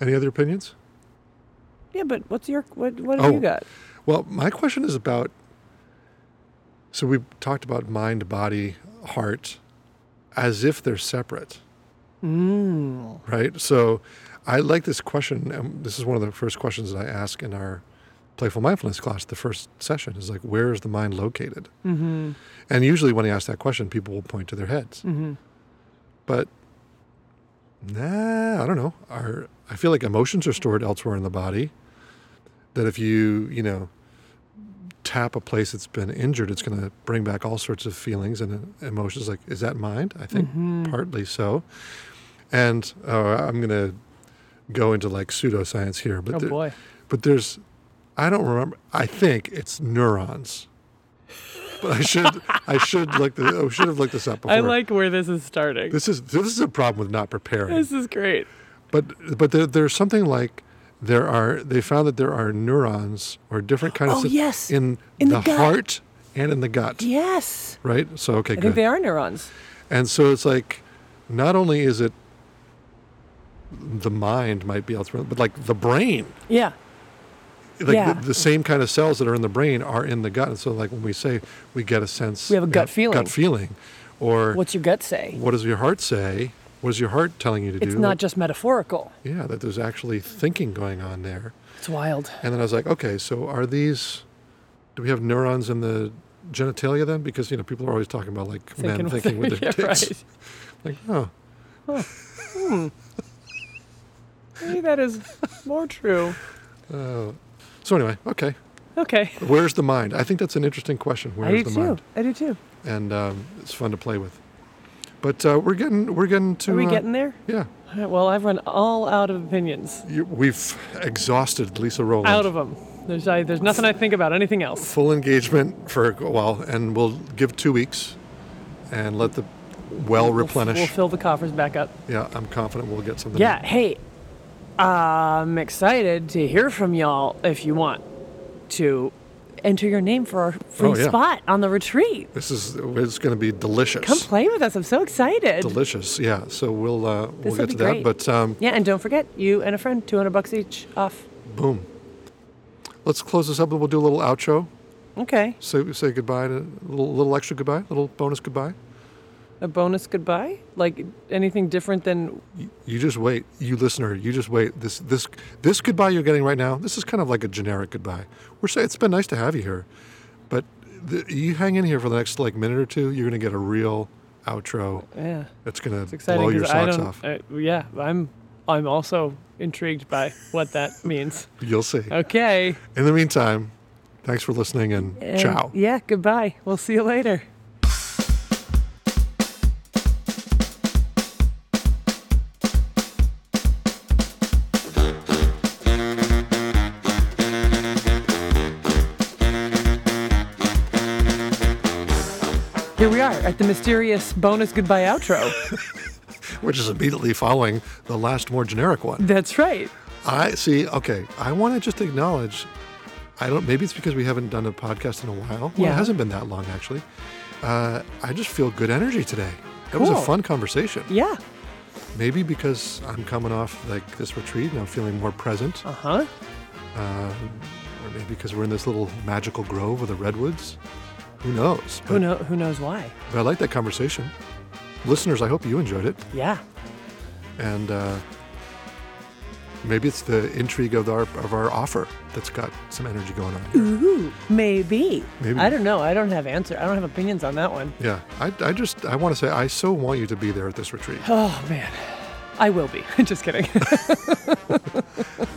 Speaker 1: Any other opinions?
Speaker 2: yeah. But what's your what? What have
Speaker 1: Oh.
Speaker 2: you got?
Speaker 1: Well, my question is about. So we talked about mind, body, heart, as if they're separate.
Speaker 2: Mm.
Speaker 1: right? So I like this question. Um, this is one of the first questions that I ask in our playful mindfulness class, the first session is like, where is the mind located?
Speaker 2: Mm-hmm.
Speaker 1: And usually when I ask that question, people will point to their heads.
Speaker 2: Mm-hmm.
Speaker 1: But nah, I don't know. Our, I feel like emotions are stored elsewhere in the body. That if you, you know, tap a place that's been injured, it's going to bring back all sorts of feelings and uh, emotions. Like, is that mind? I think
Speaker 2: Mm-hmm.
Speaker 1: partly so. And uh, I'm going to go into like pseudoscience here, but
Speaker 2: Oh
Speaker 1: there-
Speaker 2: boy.
Speaker 1: but there's, I don't remember. I think it's neurons. But I should, I should look. This, I should have looked this up before.
Speaker 2: I like where this is starting. This,
Speaker 1: This is this is a problem with not preparing.
Speaker 2: is great.
Speaker 1: but but there, there's something like there are they found that there are neurons or different kinds of
Speaker 2: Oh, yes.
Speaker 1: in,
Speaker 2: In
Speaker 1: the,
Speaker 2: the gut.
Speaker 1: heart and in the gut.
Speaker 2: Yes,
Speaker 1: Right? So okay,
Speaker 2: I
Speaker 1: good.
Speaker 2: think they are neurons.
Speaker 1: and so it's like not only is it the mind might be elsewhere, but like the brain.
Speaker 2: Yeah,
Speaker 1: Like
Speaker 2: Yeah.
Speaker 1: the, the same kind of cells that are in the brain are in the gut. And so like when we say we get a sense
Speaker 2: We have a gut feeling.
Speaker 1: Gut feeling. Or
Speaker 2: what's your gut say?
Speaker 1: what does your heart say? What is your heart telling you to do?
Speaker 2: It's not just metaphorical.
Speaker 1: Yeah, that there's actually thinking going on there.
Speaker 2: It's wild.
Speaker 1: And then I was like, okay, so are these Do we have neurons in the genitalia then? Because you know people are always talking about like men thinking with their
Speaker 2: yeah,
Speaker 1: dicks.
Speaker 2: right.
Speaker 1: Like oh,
Speaker 2: Maybe that is more true.
Speaker 1: so anyway, okay.
Speaker 2: Okay.
Speaker 1: Where's the mind? I think that's an interesting question.
Speaker 2: I
Speaker 1: Where's
Speaker 2: do
Speaker 1: the
Speaker 2: too.
Speaker 1: mind?
Speaker 2: I do too.
Speaker 1: And um, it's fun to play with. But uh, we're getting we're getting to
Speaker 2: Are we
Speaker 1: uh,
Speaker 2: getting there?
Speaker 1: yeah.
Speaker 2: All right, Well, I've run all out of opinions.
Speaker 1: You, we've exhausted Lisa Rowland.
Speaker 2: Out of them. There's I, there's nothing I think about anything else.
Speaker 1: full engagement for a while, and we'll give two weeks, and let the well
Speaker 2: We'll f-
Speaker 1: replenish.
Speaker 2: We'll fill the coffers back up.
Speaker 1: yeah, I'm confident we'll get something.
Speaker 2: Yeah. Hey, I'm excited to hear from y'all if you want to enter your name for our free
Speaker 1: Oh, yeah.
Speaker 2: spot on the retreat.
Speaker 1: This is it's going to be delicious.
Speaker 2: Come play with us. I'm so excited.
Speaker 1: delicious. Yeah. So we'll uh, we'll
Speaker 2: will
Speaker 1: get
Speaker 2: be
Speaker 1: to
Speaker 2: great.
Speaker 1: that. But um,
Speaker 2: yeah, and don't forget, you and a friend, 200 bucks each off.
Speaker 1: boom. Let's close this up. and We'll do a little outro.
Speaker 2: Okay.
Speaker 1: Say say goodbye. To, a little, little extra goodbye. Little bonus goodbye.
Speaker 2: A bonus goodbye? Like anything different than
Speaker 1: You, you just wait. You listener. You just wait. This this this goodbye you're getting right now. This is kind of like a generic goodbye. We're saying it's been nice to have you here, but the, you hang in here for the next like minute or two. You're gonna get a real outro.
Speaker 2: yeah.
Speaker 1: That's gonna
Speaker 2: It's exciting
Speaker 1: blow your
Speaker 2: because I
Speaker 1: socks
Speaker 2: don't.
Speaker 1: off.
Speaker 2: Uh, yeah, I'm. I'm also intrigued by what that means.
Speaker 1: You'll see.
Speaker 2: Okay.
Speaker 1: In the meantime, thanks for listening and,
Speaker 2: And
Speaker 1: ciao.
Speaker 2: Yeah. Goodbye. We'll see you later. Here we are at the mysterious bonus goodbye outro.
Speaker 1: which is immediately following the last more generic one.
Speaker 2: That's right.
Speaker 1: I see. Okay, I want to just acknowledge. I don't. Maybe it's because we haven't done a podcast in a while. Well,
Speaker 2: Yeah.
Speaker 1: it hasn't been that long actually. Uh, I just feel good energy today. It was
Speaker 2: Cool.
Speaker 1: a fun conversation.
Speaker 2: Yeah.
Speaker 1: Maybe because I'm coming off like this retreat and I'm feeling more present,
Speaker 2: Uh huh.
Speaker 1: or maybe because we're in this little magical grove of the redwoods. Who knows?
Speaker 2: Who know? Who knows why?
Speaker 1: But I like that conversation. Listeners, I hope you enjoyed it.
Speaker 2: Yeah.
Speaker 1: and uh, maybe it's the intrigue of our of our offer that's got some energy going on. Here.
Speaker 2: Ooh, maybe.
Speaker 1: Maybe.
Speaker 2: I don't know. I don't have answer. I don't have opinions on that one.
Speaker 1: Yeah, I, I just I want to say I so want you to be there at this retreat.
Speaker 2: Oh man, I will be. Just kidding.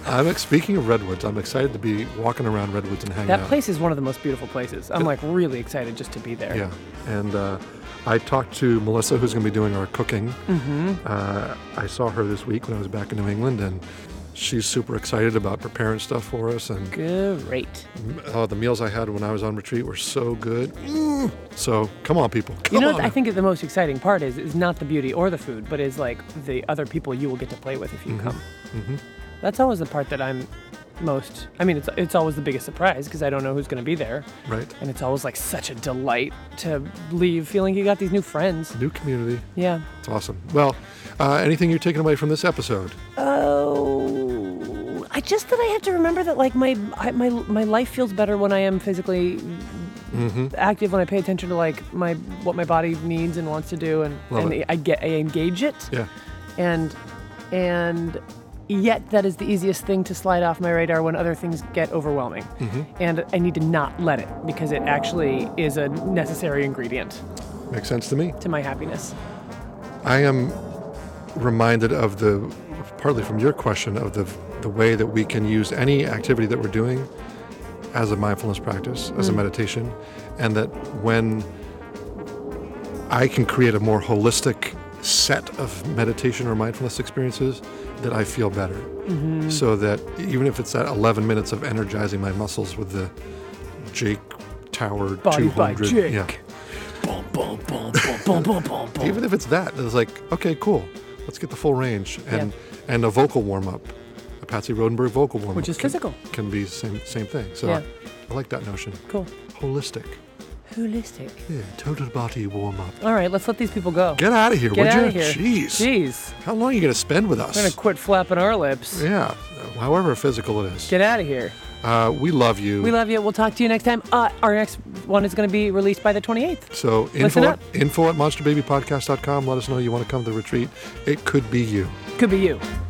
Speaker 1: I'm ex- speaking of redwoods. I'm excited to be walking around redwoods and hanging
Speaker 2: that
Speaker 1: out.
Speaker 2: place is one of the most beautiful places. I'm like really excited just to be there.
Speaker 1: Yeah, and uh, I talked to Melissa, who's going to be doing our cooking. Mm-hmm. Uh, I saw her this week when I was back in New England, and she's super excited about preparing stuff for us. And
Speaker 2: Great.
Speaker 1: oh, the meals I had when I was on retreat were so good. Mm. So come on, people, come
Speaker 2: you know,
Speaker 1: on.
Speaker 2: I think the most exciting part is is not the beauty or the food, but is like the other people you will get to play with if you come.
Speaker 1: Mm-hmm.
Speaker 2: That's always the part that I'm most. I mean, it's it's always the biggest surprise because I don't know who's going to be there,
Speaker 1: right.
Speaker 2: and it's always like such a delight to leave feeling you got these new friends.
Speaker 1: New community.
Speaker 2: Yeah.
Speaker 1: It's awesome. Well, uh, anything you're taking away from this episode?
Speaker 2: Oh, I just that I have to remember that like my I, my my life feels better when I am physically
Speaker 1: Mm-hmm.
Speaker 2: active when I pay attention to like my what my body needs and wants to do and
Speaker 1: Love
Speaker 2: and
Speaker 1: it.
Speaker 2: I get I engage it
Speaker 1: Yeah.
Speaker 2: and and yet that is the easiest thing to slide off my radar when other things get overwhelming
Speaker 1: Mm-hmm.
Speaker 2: and I need to not let it because it actually is a necessary ingredient
Speaker 1: Makes sense to me.
Speaker 2: to my happiness.
Speaker 1: I am reminded of the, partly from your question, of the, the way that we can use any activity that we're doing as a mindfulness practice,
Speaker 2: Mm.
Speaker 1: as a meditation, and that when I can create a more holistic set of meditation or mindfulness experiences, that I feel better.
Speaker 2: Mm-hmm.
Speaker 1: So that even if it's that 11 minutes of energizing my muscles with the Jake Tower
Speaker 2: Body
Speaker 1: 200,
Speaker 2: by Jake.
Speaker 1: yeah,
Speaker 2: Boom, boom, boom, boom, boom, boom, boom, boom.
Speaker 1: even if it's that it's like okay cool let's get the full range and and a vocal warm-up a patsy rodenberg vocal warm-up
Speaker 2: Which is
Speaker 1: can-
Speaker 2: physical.
Speaker 1: can be same same thing so
Speaker 2: Yeah.
Speaker 1: i like that notion
Speaker 2: Cool.
Speaker 1: holistic
Speaker 2: Holistic.
Speaker 1: yeah total body warm-up
Speaker 2: All right, let's let these people go.
Speaker 1: get out of here would
Speaker 2: out of
Speaker 1: you
Speaker 2: here.
Speaker 1: jeez
Speaker 2: Jeez.
Speaker 1: how long are you going to spend with us
Speaker 2: We're going to quit flapping our lips.
Speaker 1: yeah however physical it is
Speaker 2: Get out of here.
Speaker 1: uh, we love you
Speaker 2: We love you. We'll talk to you next time. Uh, our next one is going to be released by the 28th.
Speaker 1: so
Speaker 2: Listen
Speaker 1: info at,
Speaker 2: up.
Speaker 1: info at monsterbabypodcast.com let us know you want to come to the retreat it could be you
Speaker 2: Could be you.